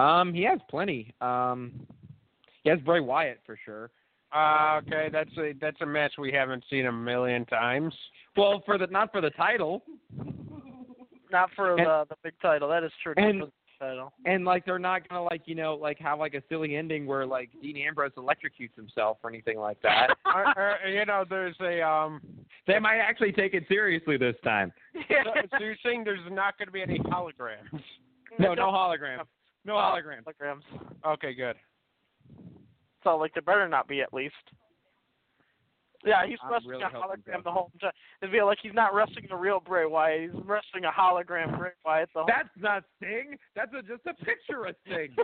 S1: Um, he has plenty. Um, he has Bray Wyatt for sure.
S3: Uh, okay, that's a that's a match we haven't seen a million
S1: *laughs*
S3: times.
S1: Well, for the not for the title,
S4: Not for
S1: And-
S4: the the big title. That is true. not
S1: and-
S4: for the big title.
S1: and like they're not gonna like you know like have like a silly ending where like Dean Ambrose electrocutes himself or anything like *laughs*
S4: *laughs*
S1: that.
S3: or, or, you know, there's a um.
S1: they might actually take it seriously this time.
S3: So, so you're saying there's not going to be any holograms?
S1: No, no holograms. No holograms.
S4: holograms.
S3: Okay, good.
S4: So like there better not be at least. Yeah, he's
S1: I'm
S4: wrestling
S1: really
S4: a
S1: hoping
S4: hologram
S1: so.
S4: the whole time. It'd be like he's not wrestling the real Bray Wyatt. He's wrestling a hologram Bray Wyatt the whole
S1: That's not Sting. That's a, just a picture of Sting.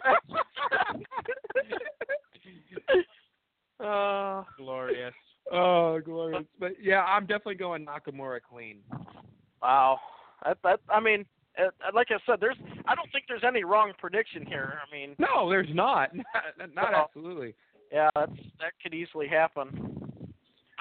S4: Uh,
S3: Glorious.
S1: *laughs* oh, glorious. But yeah, I'm definitely going Nakamura clean.
S4: wow. That, that, I mean, uh, like I said, there's. I don't think there's any wrong prediction here. I mean,
S1: No, there's not. *laughs* Not, not
S4: No.
S1: absolutely.
S4: yeah, that's that could easily happen.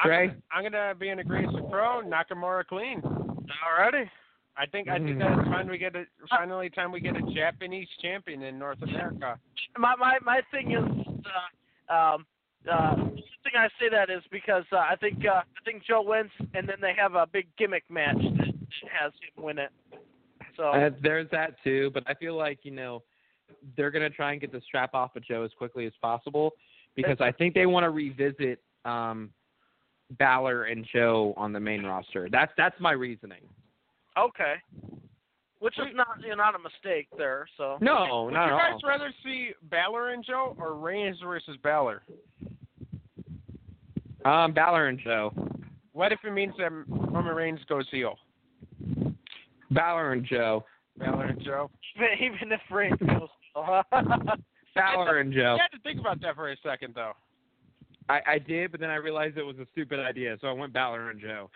S1: Trey?
S3: I'm gonna, I'm gonna be in agreement with Pro Nakamura clean.
S4: Alrighty.
S3: I think I
S1: Mm-hmm.
S3: think that's time we get a finally time we get a Japanese champion in North America.
S4: my my my thing is uh, um uh the thing I say that is because uh, I think uh, I think Joe wins and then they have a big gimmick match that that has him win it. So
S1: Uh, there's that too, but I feel like you know they're gonna try and get the strap off of Joe as quickly as possible because I think they want to revisit um, Balor and Joe on the main roster. That's that's my reasoning.
S4: okay. Which is not you know, not a mistake there, so
S1: No,
S3: Would
S1: not
S3: you
S1: at
S3: guys
S1: all.
S3: rather see Balor and Joe or Reigns versus Balor?
S1: Um, Balor and Joe.
S3: What if it means that Roman Reigns goes heel?
S1: Balor and Joe.
S3: Balor and Joe.
S4: *laughs* even, even if Reigns *laughs* goes Well
S1: Balor and
S3: You
S1: Joe.
S3: had to think about that for a second though.
S1: I, I did, but then I realized it was a stupid idea, so I went Balor and Joe.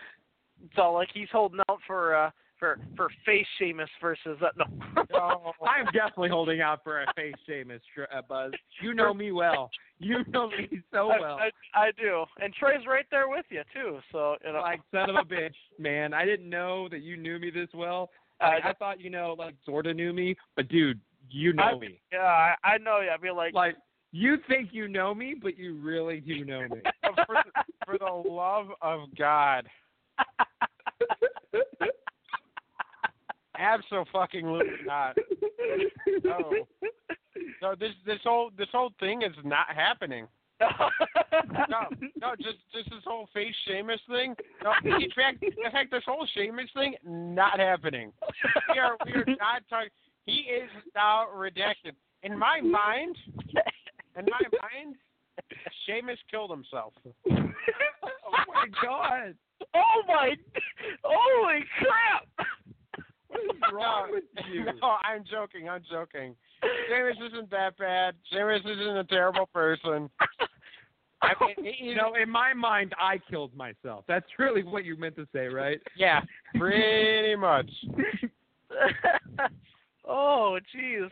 S4: so like he's holding out for uh for for face Sheamus versus
S1: *laughs*
S4: uh, no.
S3: No.
S1: I'm
S4: *laughs*
S1: definitely holding out for a face Sheamus uh, Buzz. You know me well. You know me so
S4: I,
S1: well.
S4: I, I do, and Trey's right there with you too. So you know,
S1: like son of a bitch, man. I didn't know that you knew me this well. Like, I thought you know, like sorta knew me, but dude, you know
S4: I-
S1: me.
S4: yeah, I, I know. Yeah, I'd be like,
S1: Like you think you know me, but you really do know
S4: *laughs*
S1: me.
S3: for, *laughs* the, for the love of God. Absolutely not. No. No, this this whole this whole thing is not happening. No, no, just just this whole face Seamus thing. No, in fact, in fact, this whole Seamus thing not happening. We are we are not talking. He is now redacted. In my mind, in my mind, Seamus killed himself.
S1: oh my god.
S4: oh my, holy crap!
S1: What is wrong with
S3: *laughs*
S1: you?
S3: No, I'm joking. I'm joking. Seamus isn't that bad. Seamus isn't a terrible
S1: *laughs*
S3: person. I mean, he-
S1: You
S3: he's
S1: know, in my mind I killed myself. That's really what you meant to say, right?
S3: Yeah, pretty much.
S4: oh, jeez.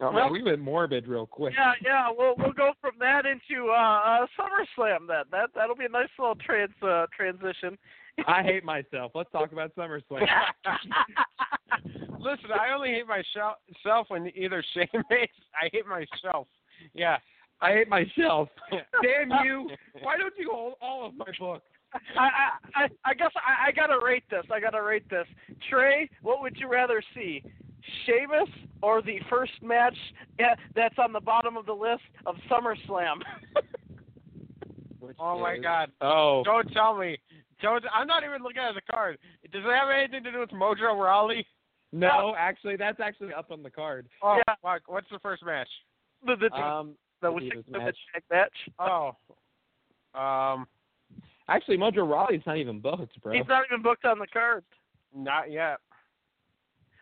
S1: Oh, man,
S3: *laughs*
S4: Well-
S1: we went morbid real quick.
S4: Yeah, yeah. We'll we'll go from that into uh, uh SummerSlam. Then that that'll be a nice little trans uh, transition.
S1: I hate myself. Let's talk about SummerSlam.
S3: Listen, I only hate myself when either Shane *laughs* makes. I hate myself. Yeah.
S1: I hate myself. *laughs* Damn you. Why don't you hold all of my books?
S4: I, I I I guess I, I gotta rate this. I gotta rate this. Trey, what would you rather see, Sheamus or the first match eh, that's on the bottom of the list of SummerSlam?
S3: Which *laughs* Oh my is- God!
S1: Oh,
S3: Don't tell me. Don't. I'm not even looking at the card. Does it have anything to do with Mojo Rawley?
S1: no, actually, that's actually up on the card.
S3: Oh
S4: Yeah.
S3: fuck! What's the first match?
S4: *laughs* The, the,
S1: Um,
S4: the, was
S1: Divas
S4: six the
S1: match.
S4: tag match.
S3: Oh. Um.
S1: actually, Mojo Rawley's not even booked, bro.
S4: Oh, He's not even booked on the card.
S3: Not yet.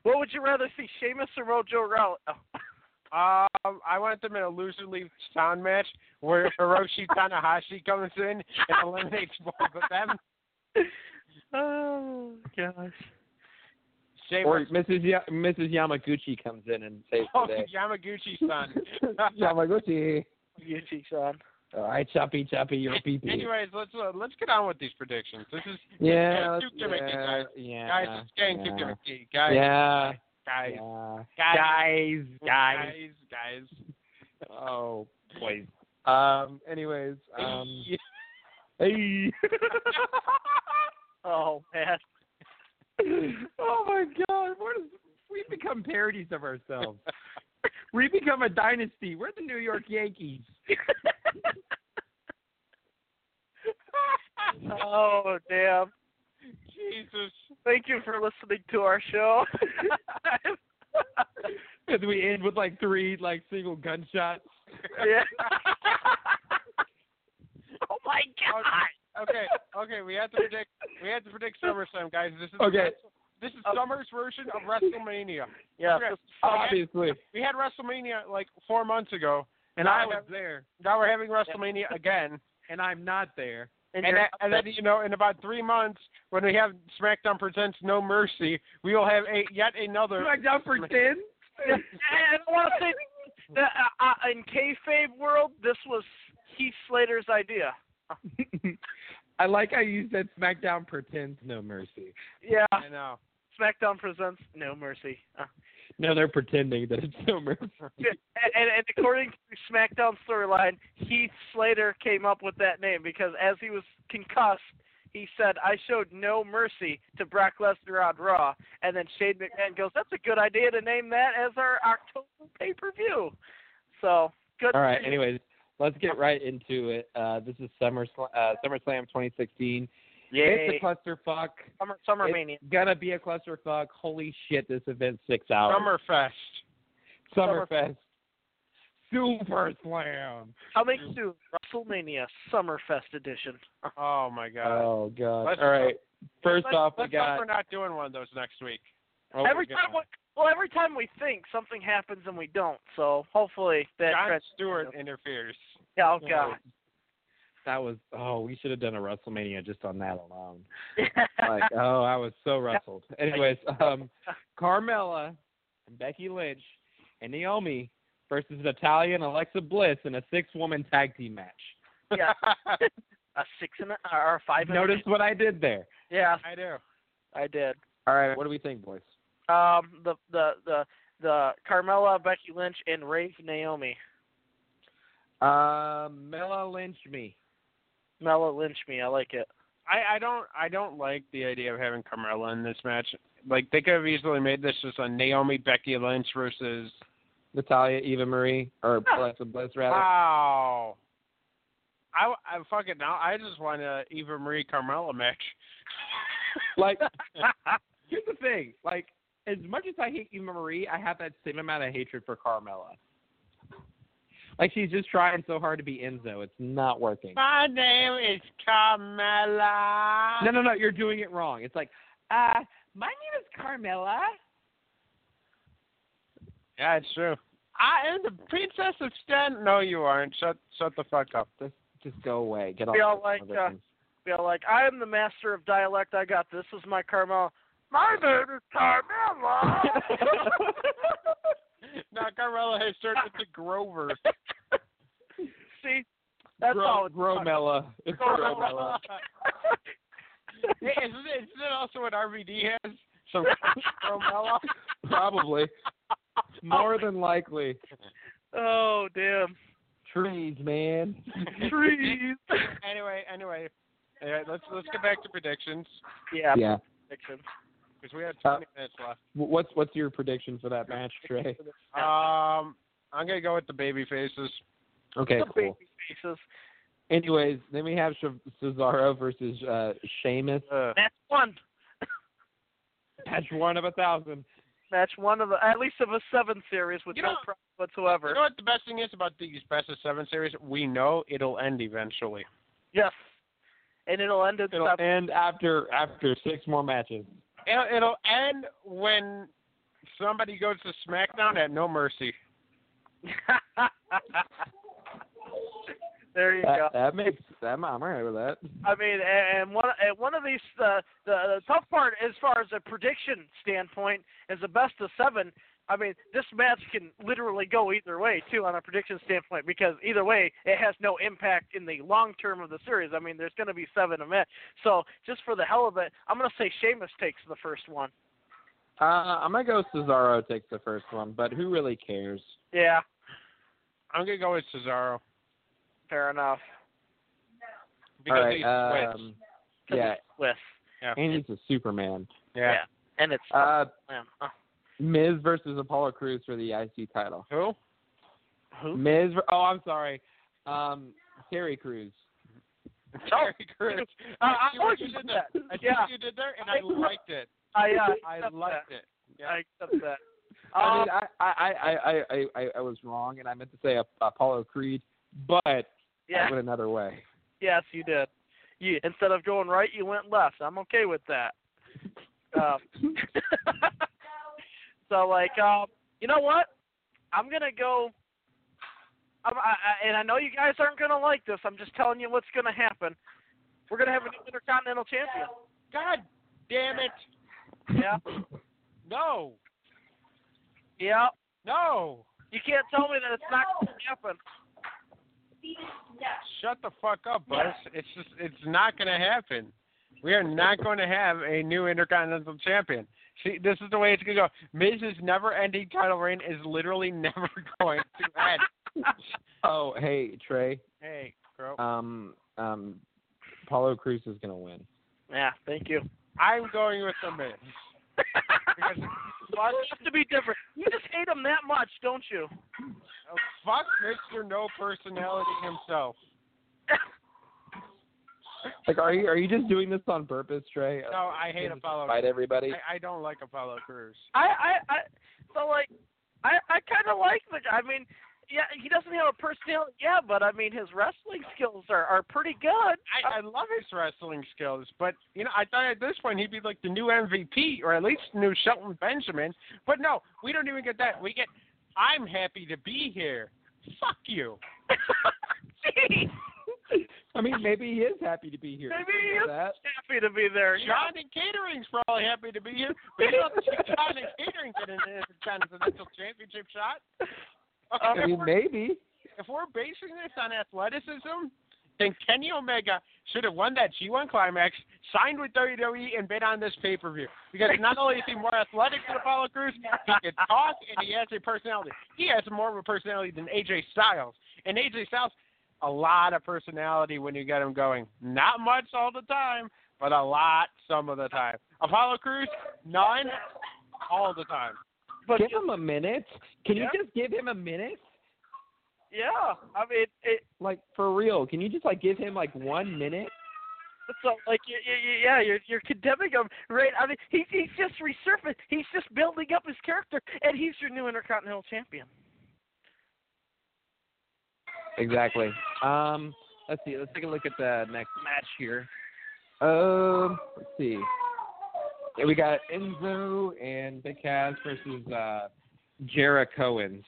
S4: What would you rather see, Sheamus or Mojo Rawley? Oh.
S3: Um, I want them in a loser leave sound match where Hiroshi Tanahashi comes in and eliminates both of them.
S4: oh gosh.
S1: or
S3: *laughs* Sheamus,
S1: Mrs. Ya- Mrs. Yamaguchi comes in and *laughs* saves
S3: oh,
S1: the *laughs*
S3: Yamaguchi's
S1: day.
S3: son.
S1: Yamaguchi.
S4: You cheeks on.
S1: All right, choppy, choppy, you're pee pee.
S3: Anyways, let's uh, let's get on with these predictions. This is
S1: Yeah,
S3: this is
S1: yeah,
S3: too gimmicky, guys.
S1: yeah,
S3: Guys, it's getting
S1: yeah,
S3: too gimmicky, guys.
S1: yeah,
S3: Guys,
S1: yeah.
S3: guys,
S1: guys, guys.
S3: guys, guys.
S1: Oh, please. Um. Anyways, um. hey. *laughs*
S4: Oh man.
S1: oh my God! Where does we become parodies of
S3: *laughs*
S1: ourselves? we become a dynasty. We're the New York Yankees. *laughs*
S4: Oh damn.
S3: *laughs* Jesus.
S1: *laughs*
S4: Thank you for listening to our *laughs* show.
S1: And we end with like three like single gunshots.
S4: yeah. *laughs* oh my god.
S3: Okay, okay, we have to predict. We have to predict SummerSlam, guys. This is
S1: Okay.
S3: This is
S4: Okay.
S3: Summer's version of WrestleMania.
S4: Yeah.
S3: Okay.
S1: Obviously.
S3: We had WrestleMania like four months ago,
S1: And
S3: Now
S1: I
S3: we're-
S1: was there,
S3: Now we're having WrestleMania again.
S1: and I'm not there.
S4: And,
S3: And,
S4: you're
S3: that, and then, you know, in about three months, when we have SmackDown Presents No Mercy, we will have a, yet another.
S1: SmackDown for ten.
S4: I, I don't want to say that, uh, uh, in kayfabe world, this was Heath Slater's idea.
S1: I like how you said SmackDown pretends no mercy.
S4: Yeah.
S3: I know.
S4: SmackDown presents No Mercy. Uh,
S1: No, they're pretending that it's no mercy.
S4: yeah, and, and according to the SmackDown storyline, Heath Slater came up with that name because as he was concussed, he said, "I showed no mercy to Brock Lesnar on Raw," and then Shane McMahon goes, "That's a good idea to name that as our October pay-per-view." So good.
S1: All right.
S4: for you.
S1: Anyways, let's get right into it. Uh, this is Summer uh, SummerSlam 2016.
S4: Yay.
S1: It's a clusterfuck.
S4: Summer, Summer
S1: It's
S4: Mania.
S1: Gonna be a clusterfuck. Holy shit! This event's six hours.
S3: Summerfest.
S1: Summerfest. Super Slam.
S4: Coming soon, WrestleMania Summerfest edition.
S3: Oh, my God.
S1: Oh god.
S3: Let's-
S1: All right. First
S3: let's,
S1: off, we
S3: let's
S1: got.
S3: hope we're not doing one of those next week.
S1: oh,
S4: every
S1: God.
S4: time, we, well, every time we think something happens and we don't. So hopefully that.
S3: John
S4: trend-
S3: Stewart
S1: *laughs*
S3: interferes.
S4: Yeah, oh god.
S1: That was oh, we should have done a WrestleMania just on that alone. *laughs* Like oh, I was so wrestled. *laughs* Anyways, um, Carmella and Becky Lynch and Naomi versus Natalia and Alexa Bliss in a six-woman tag team match.
S4: yeah, a six and a, or a five. And
S1: Notice what I did there.
S4: A, yeah,
S3: I do.
S4: I did.
S1: All right, what do we think, boys?
S4: Um, the the the the Carmella, Becky Lynch, and Rave Naomi.
S1: Uh, Mela Lynch me.
S4: Mella Lynch me. I like it.
S3: I, I don't I don't like the idea of having Carmella in this match. Like they could have easily made this just a Naomi Becky Lynch versus
S1: Natalia, Eva Marie, *laughs* or Alexa Bliss rather.
S3: Wow. I I fuck it now. I just want a Eva Marie Carmella match.
S1: Like, *laughs* here's the thing. Like, as much as I hate Eva Marie, I have that same amount of hatred for Carmella. Like, she's just trying so hard to be Enzo. It's not working.
S3: My name is Carmella.
S1: No, no, no. You're doing it wrong. It's like, uh, my name is Carmella.
S3: Yeah, it's true. I am the princess of Stan. No, you aren't. Shut shut the fuck up.
S1: Just, just go away. Get off.
S4: We all
S1: the
S4: like,
S1: television.
S4: uh, Yeah, like I am the master of dialect. I got this. Is my Carmella. My name is *laughs* Carmella.
S3: *laughs* Now Carmella has turned into *laughs* Grover.
S4: See, that's
S1: Gro-
S4: all. it's about.
S1: Gromella. It's Gromella.
S4: *laughs*
S3: Yeah, isn't, it, isn't it also what RVD has? Some Carmella.
S1: Probably. More than likely.
S4: oh damn.
S1: Trees, man.
S4: Trees.
S3: anyway, anyway, all right, let's let's get back to predictions
S4: yeah.
S1: Yeah.
S4: Prediction.
S3: because we have
S1: Uh,
S3: 20 minutes left.
S1: Wh- What's what's your prediction for that match, Trey?
S4: Uh,
S3: Um, I'm gonna go with the baby faces.
S1: Okay,
S4: the
S1: cool.
S4: baby faces.
S1: Anyways, then we have Cesaro versus uh, Sheamus.
S3: Uh,
S4: Match one.
S1: Match one of a thousand.
S4: Match one of the, at least of a seven series with
S3: You
S4: no
S3: know-
S4: problem whatsoever.
S3: you know what the best thing is about these best of seven series? We know it'll end eventually.
S4: yes. And it'll end in
S1: It'll
S4: seven.
S1: end after after six more matches.
S3: It'll, it'll end when somebody goes to SmackDown at No Mercy.
S4: *laughs* there you go.
S1: That, that makes that I'm alright with that.
S4: I mean, and one and one of these uh, the the tough part as far as a prediction standpoint is the best of seven. I mean, this match can literally go either way too on a prediction standpoint because either way it has no impact in the long term of the series. I mean, there's going to be seven of it. So just for the hell of it, I'm going to say Sheamus takes the first one.
S1: Uh, I'm gonna go Cesaro takes the first one, but who really cares?
S4: Yeah,
S3: I'm gonna go with Cesaro
S4: fair enough.
S3: because
S1: All right,
S3: he's Swiss.
S1: um, yeah,
S4: With
S1: and he's a Superman.
S3: yeah.
S4: and it's
S1: Uh,
S4: Slam.
S1: Miz versus Apollo Cruz for the IC title.
S3: Who?
S4: who?
S1: Miz, ver- oh, I'm sorry, um, Terry Cruz.
S3: *laughs* Terry Crews. Uh, I see what you did there. I see
S4: Yeah.
S3: what you did there, and I liked it.
S4: I *laughs* uh,
S3: I
S4: accept
S3: liked it. Oh.
S4: that. I accept *laughs* that.
S1: I
S4: Um,
S1: mean, I, I, I, I, I, I was wrong, and I meant to say Ap- Apollo Creed, but
S4: yeah.
S1: I went another way.
S4: Yes, you did. You instead of going right, you went left. I'm okay with
S1: *laughs*
S4: that. Um, *laughs* so like, um, you know what? I'm gonna go. I'm, I, I, and I know you guys aren't gonna like this. I'm just telling you what's gonna happen. We're gonna have a new
S1: *laughs*
S4: intercontinental champion.
S3: God damn it!
S4: Yeah,
S3: No,
S4: yeah.
S3: no!
S4: You can't tell me that it's not gonna happen.
S3: Shut the fuck up, Buzz. It's just, it's not gonna happen. We are not going to have a new Intercontinental Champion. See, this is the way it's gonna go. Miz's never-ending title reign is literally *laughs* never going to end.
S1: Oh, hey Trey,
S3: hey, bro.
S1: um, um, Apollo Cruz is gonna win.
S4: Yeah, thank you.
S3: I'm going with the Miz. Because
S4: *laughs* Well, it has to be different. You just hate him that much, don't you?
S3: uh, fuck Mr. No Personality himself.
S1: Like, are you are you just doing this on purpose, Trey?
S3: No, I hate
S1: Just
S3: Apollo.
S1: Fight everybody.
S3: I, I don't like Apollo Crews.
S4: I, I, I so like, I, I kind of like the. guy. I mean, yeah, he doesn't have a personality, yeah, but I mean, his wrestling skills are are pretty good.
S1: Uh,
S3: I, I love his wrestling skills, but you know, I thought at this point he'd be like the new MVP or at least the new Shelton Benjamin. But no, we don't even get that. We get I'm happy to be here. Fuck you.
S4: Gee,
S1: I mean, maybe he is happy to be here.
S4: Maybe
S1: You know
S4: he is.
S1: that.
S4: happy to be there. Yeah.
S3: John and Catering's probably happy to be here. But you don't think John and Catering get an Intercontinental Championship shot?
S1: *laughs*
S3: Okay,
S1: I mean, maybe.
S3: if we're basing this on athleticism, then Kenny Omega should have won that G1 climax, signed with WWE, and been on this pay per view. Because not only is he more athletic than Apollo Crews, he can talk and he has a personality. He has more of a personality than AJ Styles. And AJ Styles, a lot of personality when you get him going. Not much all the time, but a lot some of the time. Apollo Crews, none all the time.
S4: But
S1: Give him a minute. Can
S4: Yeah.
S1: you just give him a minute?
S4: yeah, I mean, it,
S1: Like for real? Can you just like give him like one minute?
S4: so like, you, you, you- yeah, you're you're condemning him, right? I mean, he's he's just resurfaced. He's just building up his character, and he's your new Intercontinental Champion.
S1: Exactly. Um, let's see. Let's take a look at the next match here. Um, let's see. Yeah, we got Enzo and Big Cass versus uh, Jara Cohen.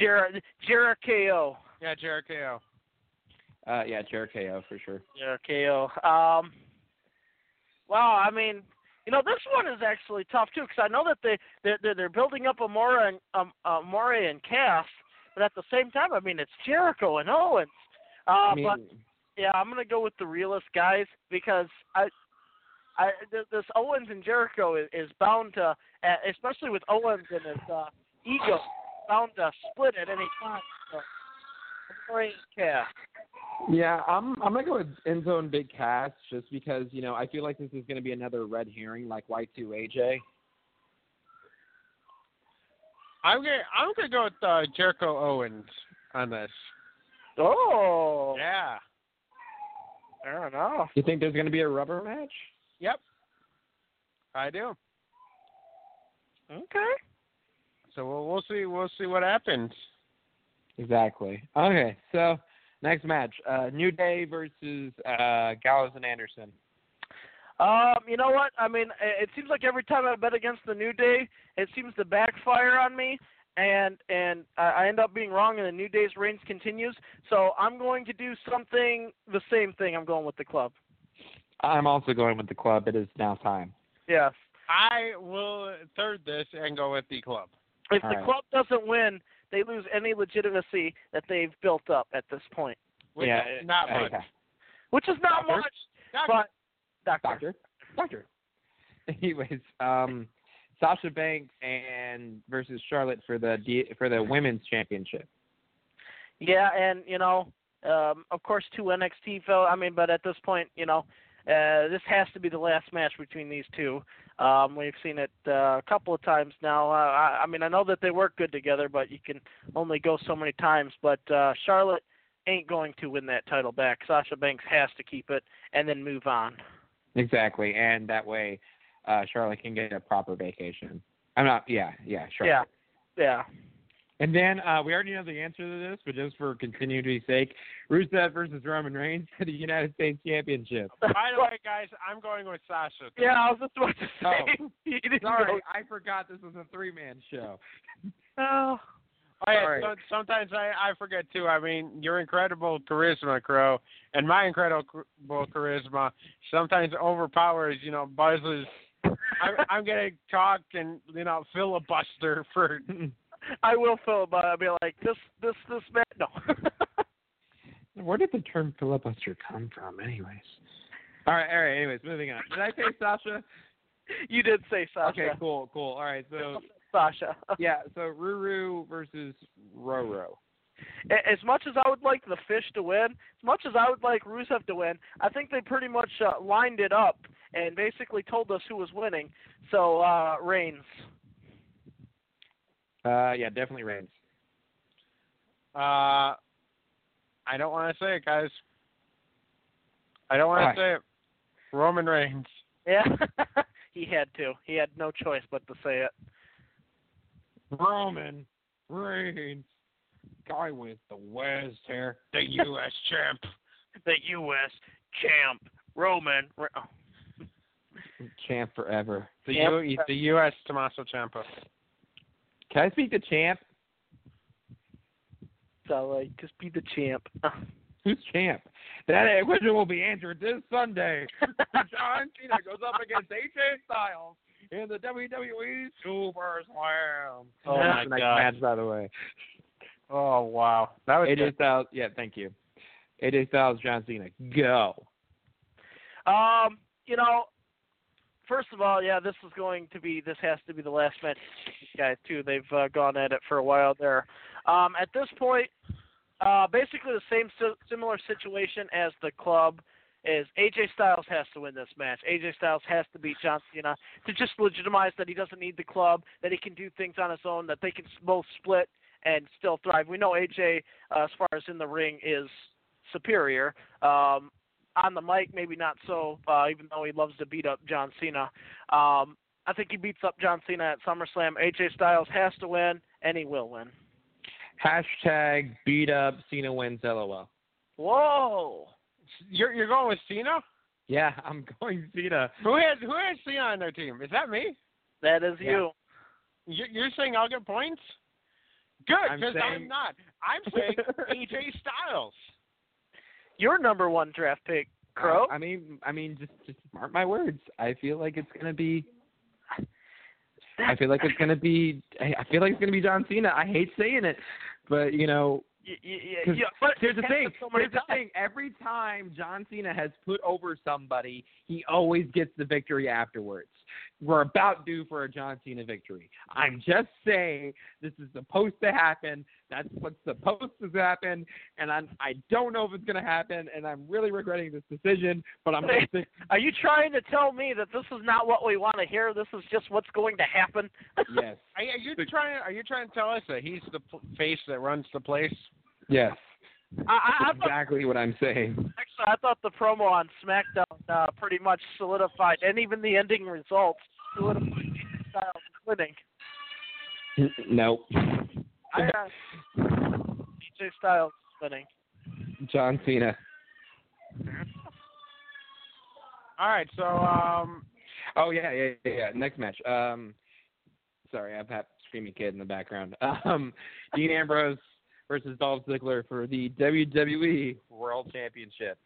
S4: Jared, Jared KO.
S3: Yeah, Jericho.
S1: Uh, yeah, Jara KO for sure.
S4: Yeah, KO. Um, wow, I mean, you know, this one is actually tough too because I know that they they're, they're they're building up Amora and um, Amora and Cass, but at the same time, I mean, it's Jericho and Owens. Uh,
S1: I mean,
S4: but yeah, I'm gonna go with the realist guys because I. I, th- this Owens and Jericho is, is bound to, uh, especially with Owens and his uh, ego, bound to split at any time. So, Amora and Cass.
S1: yeah, I'm I'm gonna go with Enzo and Big Cass just because you know I feel like this is gonna be another red herring like Y2AJ.
S3: I'm gonna I'm gonna go with uh, Jericho Owens on this.
S4: Oh,
S3: Yeah.
S4: I don't know.
S1: You think there's going to be a rubber match?
S3: Yep. I do.
S4: Okay.
S3: So we'll, we'll see. We'll see what happens.
S1: Exactly. Okay, so next match, uh, New Day versus uh, Gallows and Anderson.
S4: Um, you know what? I mean, it it seems like every time I bet against the New Day, it seems to backfire on me, and and I I end up being wrong, and the New Day's reigns continues. So I'm going to do something the same thing. I'm going with the club.
S1: I'm also going with the club. It is now time.
S4: Yes.
S3: I will third this and go with the club.
S4: If
S1: All
S4: the
S1: right.
S4: club doesn't win, they lose any legitimacy that they've built up at this point,
S3: Which
S1: yeah.
S3: is not much.
S1: okay.
S4: which is not
S3: Doctor.
S4: much.
S3: Doctor.
S4: But doctor.
S1: Doctor. Doctor. Anyways, um, Sasha Banks and versus Charlotte for the D- for the women's championship.
S4: Yeah, and you know, um, of course, two NXT fellow. I mean, but at this point, you know, uh, this has to be the last match between these two. Um, we've seen it uh, a couple of times now. Uh, I, I mean, I know that they work good together, but you can only go so many times. But uh, Charlotte ain't going to win that title back. Sasha Banks has to keep it and then move on.
S1: Exactly, and that way, uh, Charlotte can get a proper vacation. I'm not. Yeah, yeah, sure.
S4: Yeah, yeah.
S1: And then uh, we already know the answer to this, but just for continuity's sake, Rusev versus Roman Reigns for the United States Championship.
S3: By
S4: *laughs*
S3: the way, guys, I'm going with Sasha.
S4: yeah, I was just about to say. *laughs* you
S1: *laughs*
S4: didn't
S1: Sorry,
S4: know.
S1: I forgot this was a three-man show.
S4: Oh.
S3: Oh, yeah,
S1: Sorry.
S3: so, sometimes I, I forget too. I mean, your incredible charisma, Crow, and my incredible charisma sometimes overpowers, you know, Buzz's. I'm, I'm gonna talk and you know filibuster for.
S4: I will feel about it. I'll be like this, this, this man. No. *laughs*
S1: Where did the term filibuster come from, anyways? All right, all right. Anyways, moving on. Did I say Sasha?
S4: You did say Sasha.
S1: Okay, cool, cool. All right, so
S4: Sasha.
S1: *laughs* yeah, so Ruru versus Roro.
S4: A- As much as I would like the fish to win, as much as I would like Rusev to win, I think they pretty much uh, lined it up and basically told us who was winning. So uh Reigns.
S1: Uh, yeah, definitely Reigns.
S3: Uh, I don't want to say it, guys. I don't want
S1: Alright.
S3: to say it. Roman Reigns.
S4: Yeah, *laughs* he had to. He had no choice but to say it.
S1: Roman Reigns, guy with the West hair.
S3: the U.S. champ.
S4: The U.S. champ Roman. Re- oh.
S1: Champ forever.
S3: The,
S4: Yep.
S3: U, the U.S. Tommaso Ciampa.
S1: Can I speak to Champ?
S4: So like, just be the champ. *laughs*
S1: Who's Champ? That question will be answered this Sunday. John Cena goes up against AJ Styles in the WWE Super Slam.
S3: Oh,
S1: That's
S3: my
S1: the next
S3: God.
S1: match, by the way.
S3: Oh wow, that was
S1: AJ
S3: good.
S1: Styles. Yeah, thank you. AJ Styles, John Cena. Go.
S4: Um, you know, first of all, yeah, this is going to be this has to be the last match, guys. Too, they've uh, gone at it for a while there. Um, at this point, uh, basically the same si- similar situation as the club is AJ Styles has to win this match. AJ Styles has to beat John Cena to just legitimize that he doesn't need the club, that he can do things on his own, that they can s- both split and still thrive. We know AJ, uh, as far as in the ring, is superior. Um, on the mic, maybe not so, uh, even though he loves to beat up John Cena. Um, I think he beats up John Cena at SummerSlam. AJ Styles has to win, and he will win.
S1: Hashtag beat up Cena wins LOL.
S4: Whoa!
S3: You're you're going with Cena?
S1: Yeah, I'm going Cena.
S3: Who has who has Cena on their team? Is that me?
S4: That is
S1: Yeah.
S4: you.
S3: You're, you're saying I'll get points? Good,
S1: I'm
S3: because
S1: saying-
S3: I'm not. I'm saying
S1: *laughs*
S3: AJ Styles.
S4: Your number one draft pick, Crow.
S1: I, I mean, I mean, just just mark my words. I feel like it's gonna be. I feel like it's gonna be. I I feel like it's gonna be John Cena. I hate saying it, but you know,
S4: Y- y- y-
S1: 'Cause
S4: yeah, but
S1: here's the
S4: it happens
S1: thing.
S4: So many
S1: Here's the
S4: times.
S1: thing. Every time John Cena has put over somebody, he always gets the victory afterwards. We're about due for a John Cena victory. I'm just saying this is supposed to happen. That's what's supposed to happen, and I'm, I don't know if it's going to happen. And I'm really regretting this decision, but I'm
S4: *laughs*
S1: going to
S4: Are you trying to tell me that this is not what we want to hear? This is just what's going to happen?
S1: yes,
S3: Are, you- are you trying? Are you trying to tell us that he's the p- face that runs the place?
S1: yes.
S4: *laughs* I, I, I
S1: That's
S4: thought,
S1: exactly what I'm saying.
S4: actually, I thought the promo on SmackDown uh, pretty much solidified, and even the ending results solidified AJ Styles winning.
S1: nope.
S4: I got AJ Styles winning.
S1: John Cena.
S3: All right, so um,
S1: Oh yeah, yeah, yeah, yeah. Next match. Um, sorry, I've had screaming kid in the background. *laughs* Um, Dean Ambrose versus Dolph Ziggler for the E. WWE World Championship.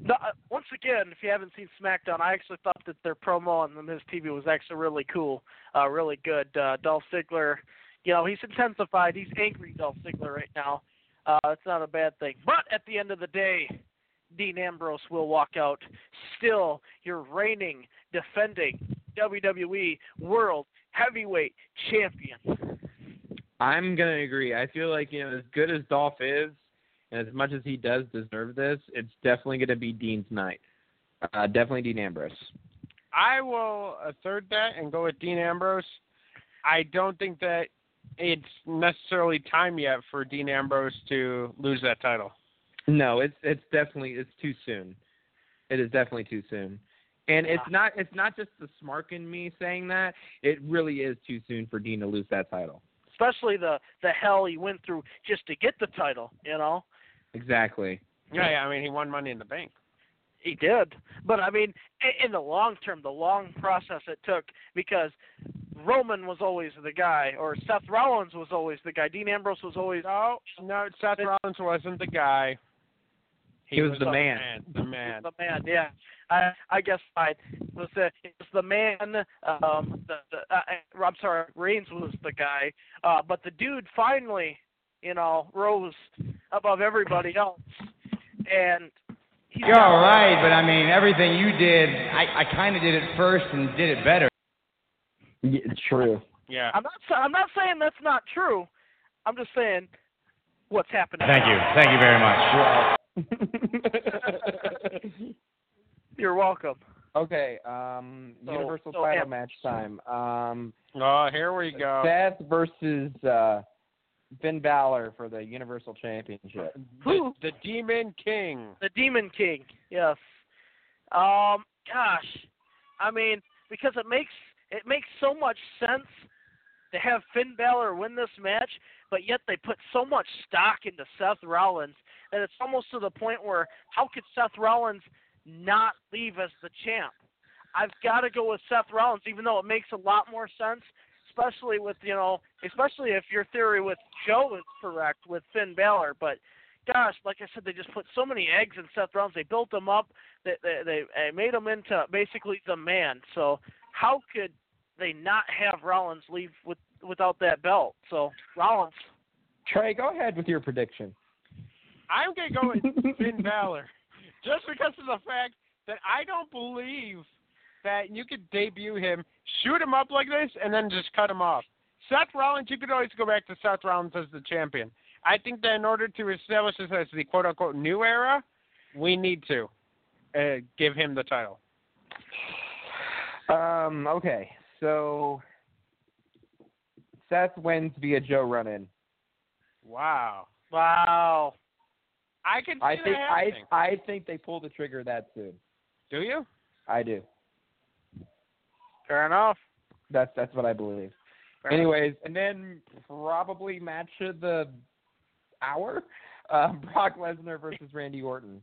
S4: No, uh, once again, if you haven't seen SmackDown, I actually thought that their promo on Miz TV was actually really cool, uh, really good. Uh, Dolph Ziggler, you know, he's intensified. He's angry, Dolph Ziggler, right now. Uh, it's not a bad thing. But at the end of the day, Dean Ambrose will walk out. Still, you're reigning, defending WWE World Heavyweight Champion.
S1: I'm gonna agree. I feel like you know, as good as Dolph is, and as much as he does deserve this, it's definitely gonna be Dean's night. Uh, definitely Dean Ambrose.
S3: I will uh, third that and go with Dean Ambrose. I don't think that it's necessarily time yet for Dean Ambrose to lose that title.
S1: No, it's it's definitely it's too soon. It is definitely too soon. And it's not it's not just the smark in me saying that. It really is too soon for Dean to lose that title.
S4: Especially the the hell he went through just to get the title, you know.
S1: Exactly.
S3: Yeah, yeah I mean, he won Money in the Bank.
S4: He did, but I mean, i- in the long term, the long process it took because Roman was always the guy, or Seth Rollins was always the guy. Dean Ambrose was always oh,
S3: No, no, Seth Rollins wasn't the guy.
S1: He was the man.
S3: The man.
S4: the man. Yeah, I I guess I it was the it was the man. Um, the, the uh, I'm sorry, Reigns was the guy, uh, but the dude finally, you know, rose above everybody else, and he's
S7: You're all right, but I mean, everything you did, I, I kind of did it first and did it better.
S1: *laughs* Yeah, true.
S3: Yeah.
S4: I'm not. sa- I'm not saying that's not true. I'm just saying what's happening.
S7: Thank you very much.
S4: You're welcome.
S1: *laughs* okay, um
S4: So-
S1: universal
S4: so
S1: title
S4: Am-
S1: match time. Um
S3: Oh, here we go.
S1: Seth versus uh Finn Balor for the Universal Championship.
S3: The, the Demon King.
S4: The Demon King. Yes. Um. Gosh. I mean, because it makes it makes so much sense to have Finn Balor win this match, but yet they put so much stock into Seth Rollins that it's almost to the point where how could Seth Rollins not leave as the champ? I've got to go with Seth Rollins, even though it makes a lot more sense, especially with you know, especially if your theory with Joe is correct with Finn Balor. But gosh, like I said, they just put so many eggs in Seth Rollins. They built him up. They they, they they made him into basically the man. So how could they not have Rollins leave with without that belt? So Rollins.
S1: Trey, go ahead with your prediction.
S3: I'm gonna go with Finn Balor, just because of the fact that I don't believe that you could debut him, shoot him up like this, and then just cut him off. Seth Rollins, you could always go back to Seth Rollins as the champion. I think that in order to establish this as the quote unquote new era, we need to uh, give him the title.
S1: Um, okay. So Seth wins via Joe run in.
S3: Wow.
S4: Wow.
S3: I can see
S1: I
S3: that
S1: think I
S3: happening.
S1: I think they pull the trigger that soon.
S3: Do you?
S1: I do.
S4: Fair enough.
S1: That's that's what I believe.
S4: Fair enough.
S1: Anyways, and then probably match of the hour, uh, *laughs* Brock Lesnar versus Randy Orton.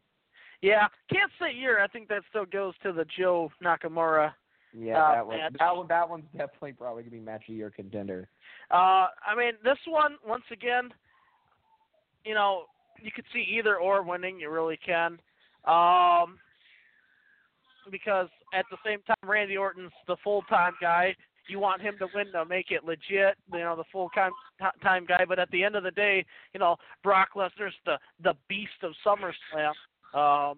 S4: Yeah, can't say year. I think that still goes to the Joe Nakamura.
S1: Yeah,
S4: Uh,
S1: that one.
S4: match.
S1: That one. That one's definitely probably gonna be match of year contender.
S4: Uh, I mean, this one once again, you know, you could see either or winning. You really can, um, because at the same time, Randy Orton's the full-time guy. You want him to win to make it legit, you know, the full-time ti- time guy. But at the end of the day, you know, Brock Lesnar's the the beast of SummerSlam. Um,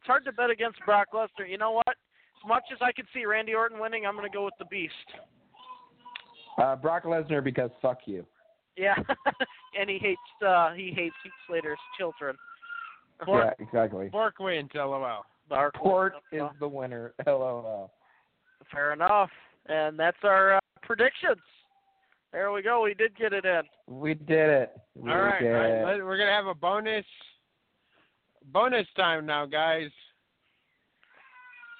S4: it's hard to bet against Brock Lesnar. You know what? As much as I could see Randy Orton winning, I'm going to go with the beast.
S1: Uh, Brock Lesnar because fuck you.
S4: Yeah, *laughs* and he hates uh he hates Heath Slater's children. Bork,
S1: Yeah, exactly.
S3: Bork wins, lol.
S4: Bark-
S1: Port
S4: uh,
S1: is the
S8: *laughs*
S1: winner. LOL.
S4: fair enough, and that's our uh, predictions. There we go. We did get it in.
S8: We did it. We
S3: All right,
S8: did
S3: all right.
S8: it.
S3: Let- we're gonna have a bonus, bonus time now, guys.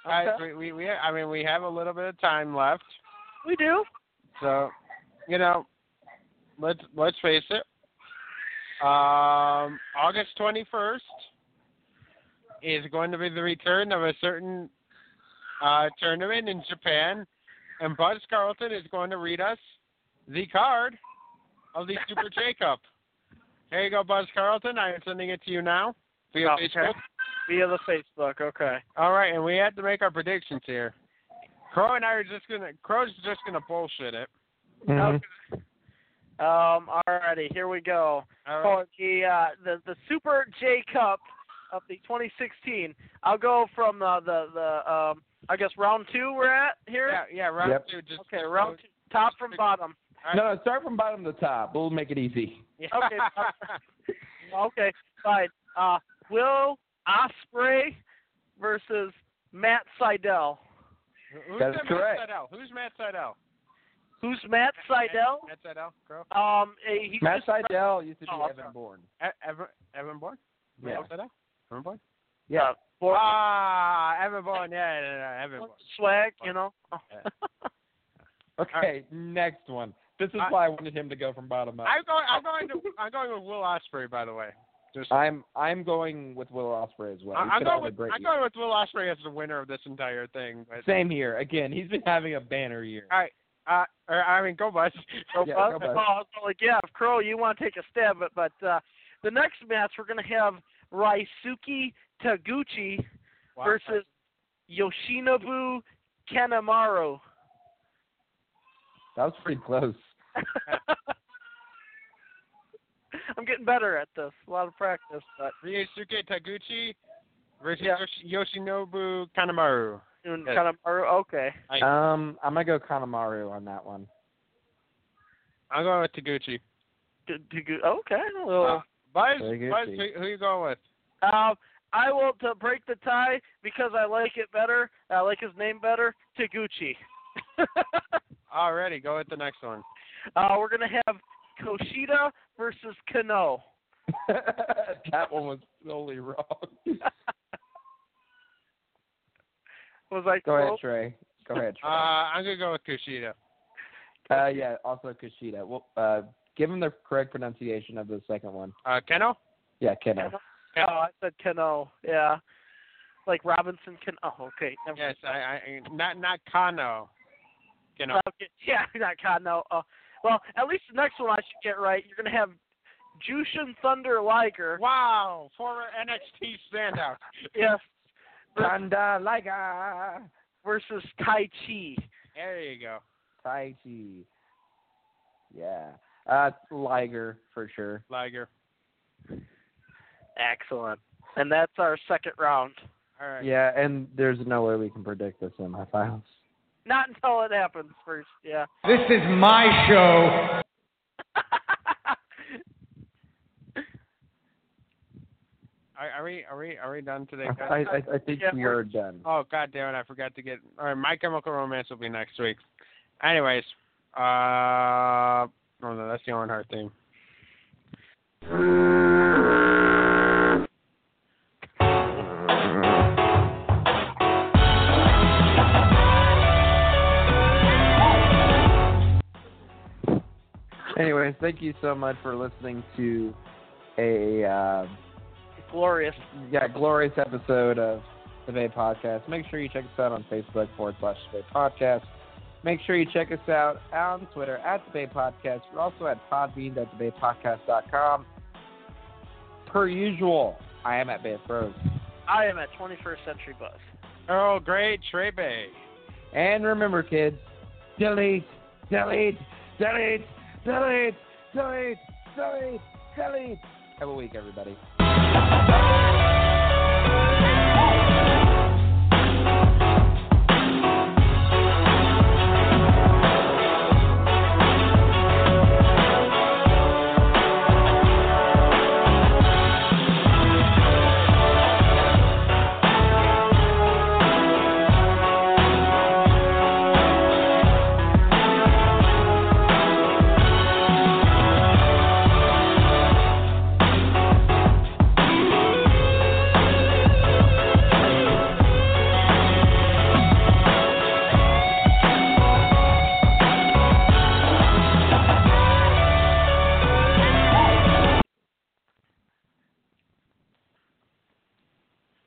S3: All right, we, we we I mean we have a little bit of time left,
S4: We do.
S3: so you know, let's let's face it. Um, August twenty first is going to be the return of a certain uh, tournament in Japan, and Buzz Carlton is going to read us the card of the Super J Cup. Here you go, Buzz Carlton. I am sending it to you now via
S4: Okay.
S3: Facebook.
S4: Via the Facebook. Okay.
S3: All right, and we have to make our predictions here. Crow and I are just gonna Crow's just gonna bullshit it.
S8: Mhm.
S4: Um. Alrighty. Here we go.
S3: All
S4: For
S3: right.
S4: the uh, the the Super J Cup of the 2016. I'll go from uh, the the um. I guess round two we're at here.
S3: Yeah, yeah, round
S8: Yep.
S3: two. Just
S4: Okay. Round two. Top from bottom.
S8: No, no, start from bottom to top. We'll make it easy.
S3: *laughs*
S4: Okay.
S8: *laughs*
S4: okay. Fine. Uh, Will Osprey versus Matt Seidel.
S3: Who's
S8: That's
S3: Matt
S8: correct.
S3: Seidel? Who's Matt Seidel?
S4: Who's Matt Seidel?
S3: Matt Seidel. Crow.
S4: Um, eh, he
S8: Matt
S4: just-
S8: Seidel used to be
S4: Oh,
S8: Evan Bourne.
S3: E- Evan Evan Bourne.
S8: Yeah.
S3: Matt Seidel. Evan Bourne.
S8: Yeah.
S4: Bourne.
S3: Ah, Evan Bourne. Yeah, yeah, yeah, Evan Bourne.
S4: swag, you know. *laughs*
S3: Yeah.
S8: Okay, next one. This is
S3: I-
S8: why I wanted him to go from bottom up.
S3: I'm going. I'm going to. I'm going with Will Osprey. By the way. Just.
S8: I'm I'm going with Will Osprey as Ah, well.
S3: I- I'm
S8: He's been
S3: going
S8: having a
S3: with
S8: great
S3: I'm
S8: year.
S3: going with Will Osprey as the winner of this entire thing. But,
S8: Same here. Again, he's been having a banner *laughs* year.
S3: uh, or, I mean, go Buzz. Go
S8: *laughs* Yeah,
S3: Buzz.
S8: go Buzz.
S4: Oh, so like, yeah, if Crow, you want to take a stab at but uh, the next match we're going to have Raisuke Taguchi
S3: Wow.
S4: versus Yoshinobu Kanemaru.
S8: That was pretty close.
S4: *laughs* I'm getting better at this. A lot of practice, but
S3: Ryusuke Taguchi versus
S4: Yeah.
S3: Yoshi- Yoshinobu Kanemaru.
S4: and
S3: Yes.
S4: Kanemaru, okay.
S8: Um, I'm gonna go Kanemaru on that one.
S3: I'm going with Taguchi.
S4: D- d- g- Okay. Well,
S3: Buzz,
S8: Taguchi.
S3: Buzz, Uh, who, who you going with?
S4: um, I will to break the tie because I like it better. I like his name better. Taguchi. *laughs*
S3: Already, go with the next one.
S4: Uh, we're gonna have Koshida versus Kano.
S8: that one was totally wrong.
S4: Was I
S8: go ahead,
S4: close?
S8: Trey. *laughs* Go ahead,
S3: Uh,
S8: Trey.
S3: I'm gonna go with Kushida.
S8: Uh, yeah, also Kushida. Well, uh, give him the correct pronunciation of the second one.
S3: Uh, Keno?
S8: Yeah, Keno.
S3: Kano.
S4: Oh, I said Kano. Yeah, like Robinson Kano. Oh, okay. Never
S3: Yes, I, I not not Kano. Keno.
S4: Okay. Yeah, *laughs* not Kano. Uh, well, at least the next one I should get right. You're gonna have Jushin Thunder Liger.
S3: Wow, former NXT standout.
S4: Yes. Vers-
S8: Thunder Liger.
S4: Versus Tai Chi.
S3: There you go.
S8: Tai Chi. Yeah. Uh, Liger for sure.
S3: Liger.
S4: Excellent. And that's our second round.
S3: All right.
S8: Yeah, and there's no way we can predict the semifinals.
S4: Not until it happens first. Yeah. *laughs*
S7: This is my show.
S3: Are, are we are we are we done today, guys?
S8: I, I, I think
S4: Yeah,
S8: we are done.
S3: Oh god damn it, I forgot to get all right, my chemical romance will be next week. Anyways, uh oh no, that's the Owen Hart theme.
S8: Anyways, thank you so much for listening to a uh,
S4: Glorious.
S8: yeah glorious episode of the Bay Podcast. Make sure you check us out on Facebook forward slash the Bay Podcast. Make sure you check us out on Twitter at the Bay Podcast. We're also at Podbean at thebaypodcast.com. Per usual, I am at Bay Pros.
S4: I am at 21st Century Buzz.
S3: Earl Grey Trebe.
S8: And remember, kids, delete, delete, delete, delete, delete, delete, delete. Have a week, everybody.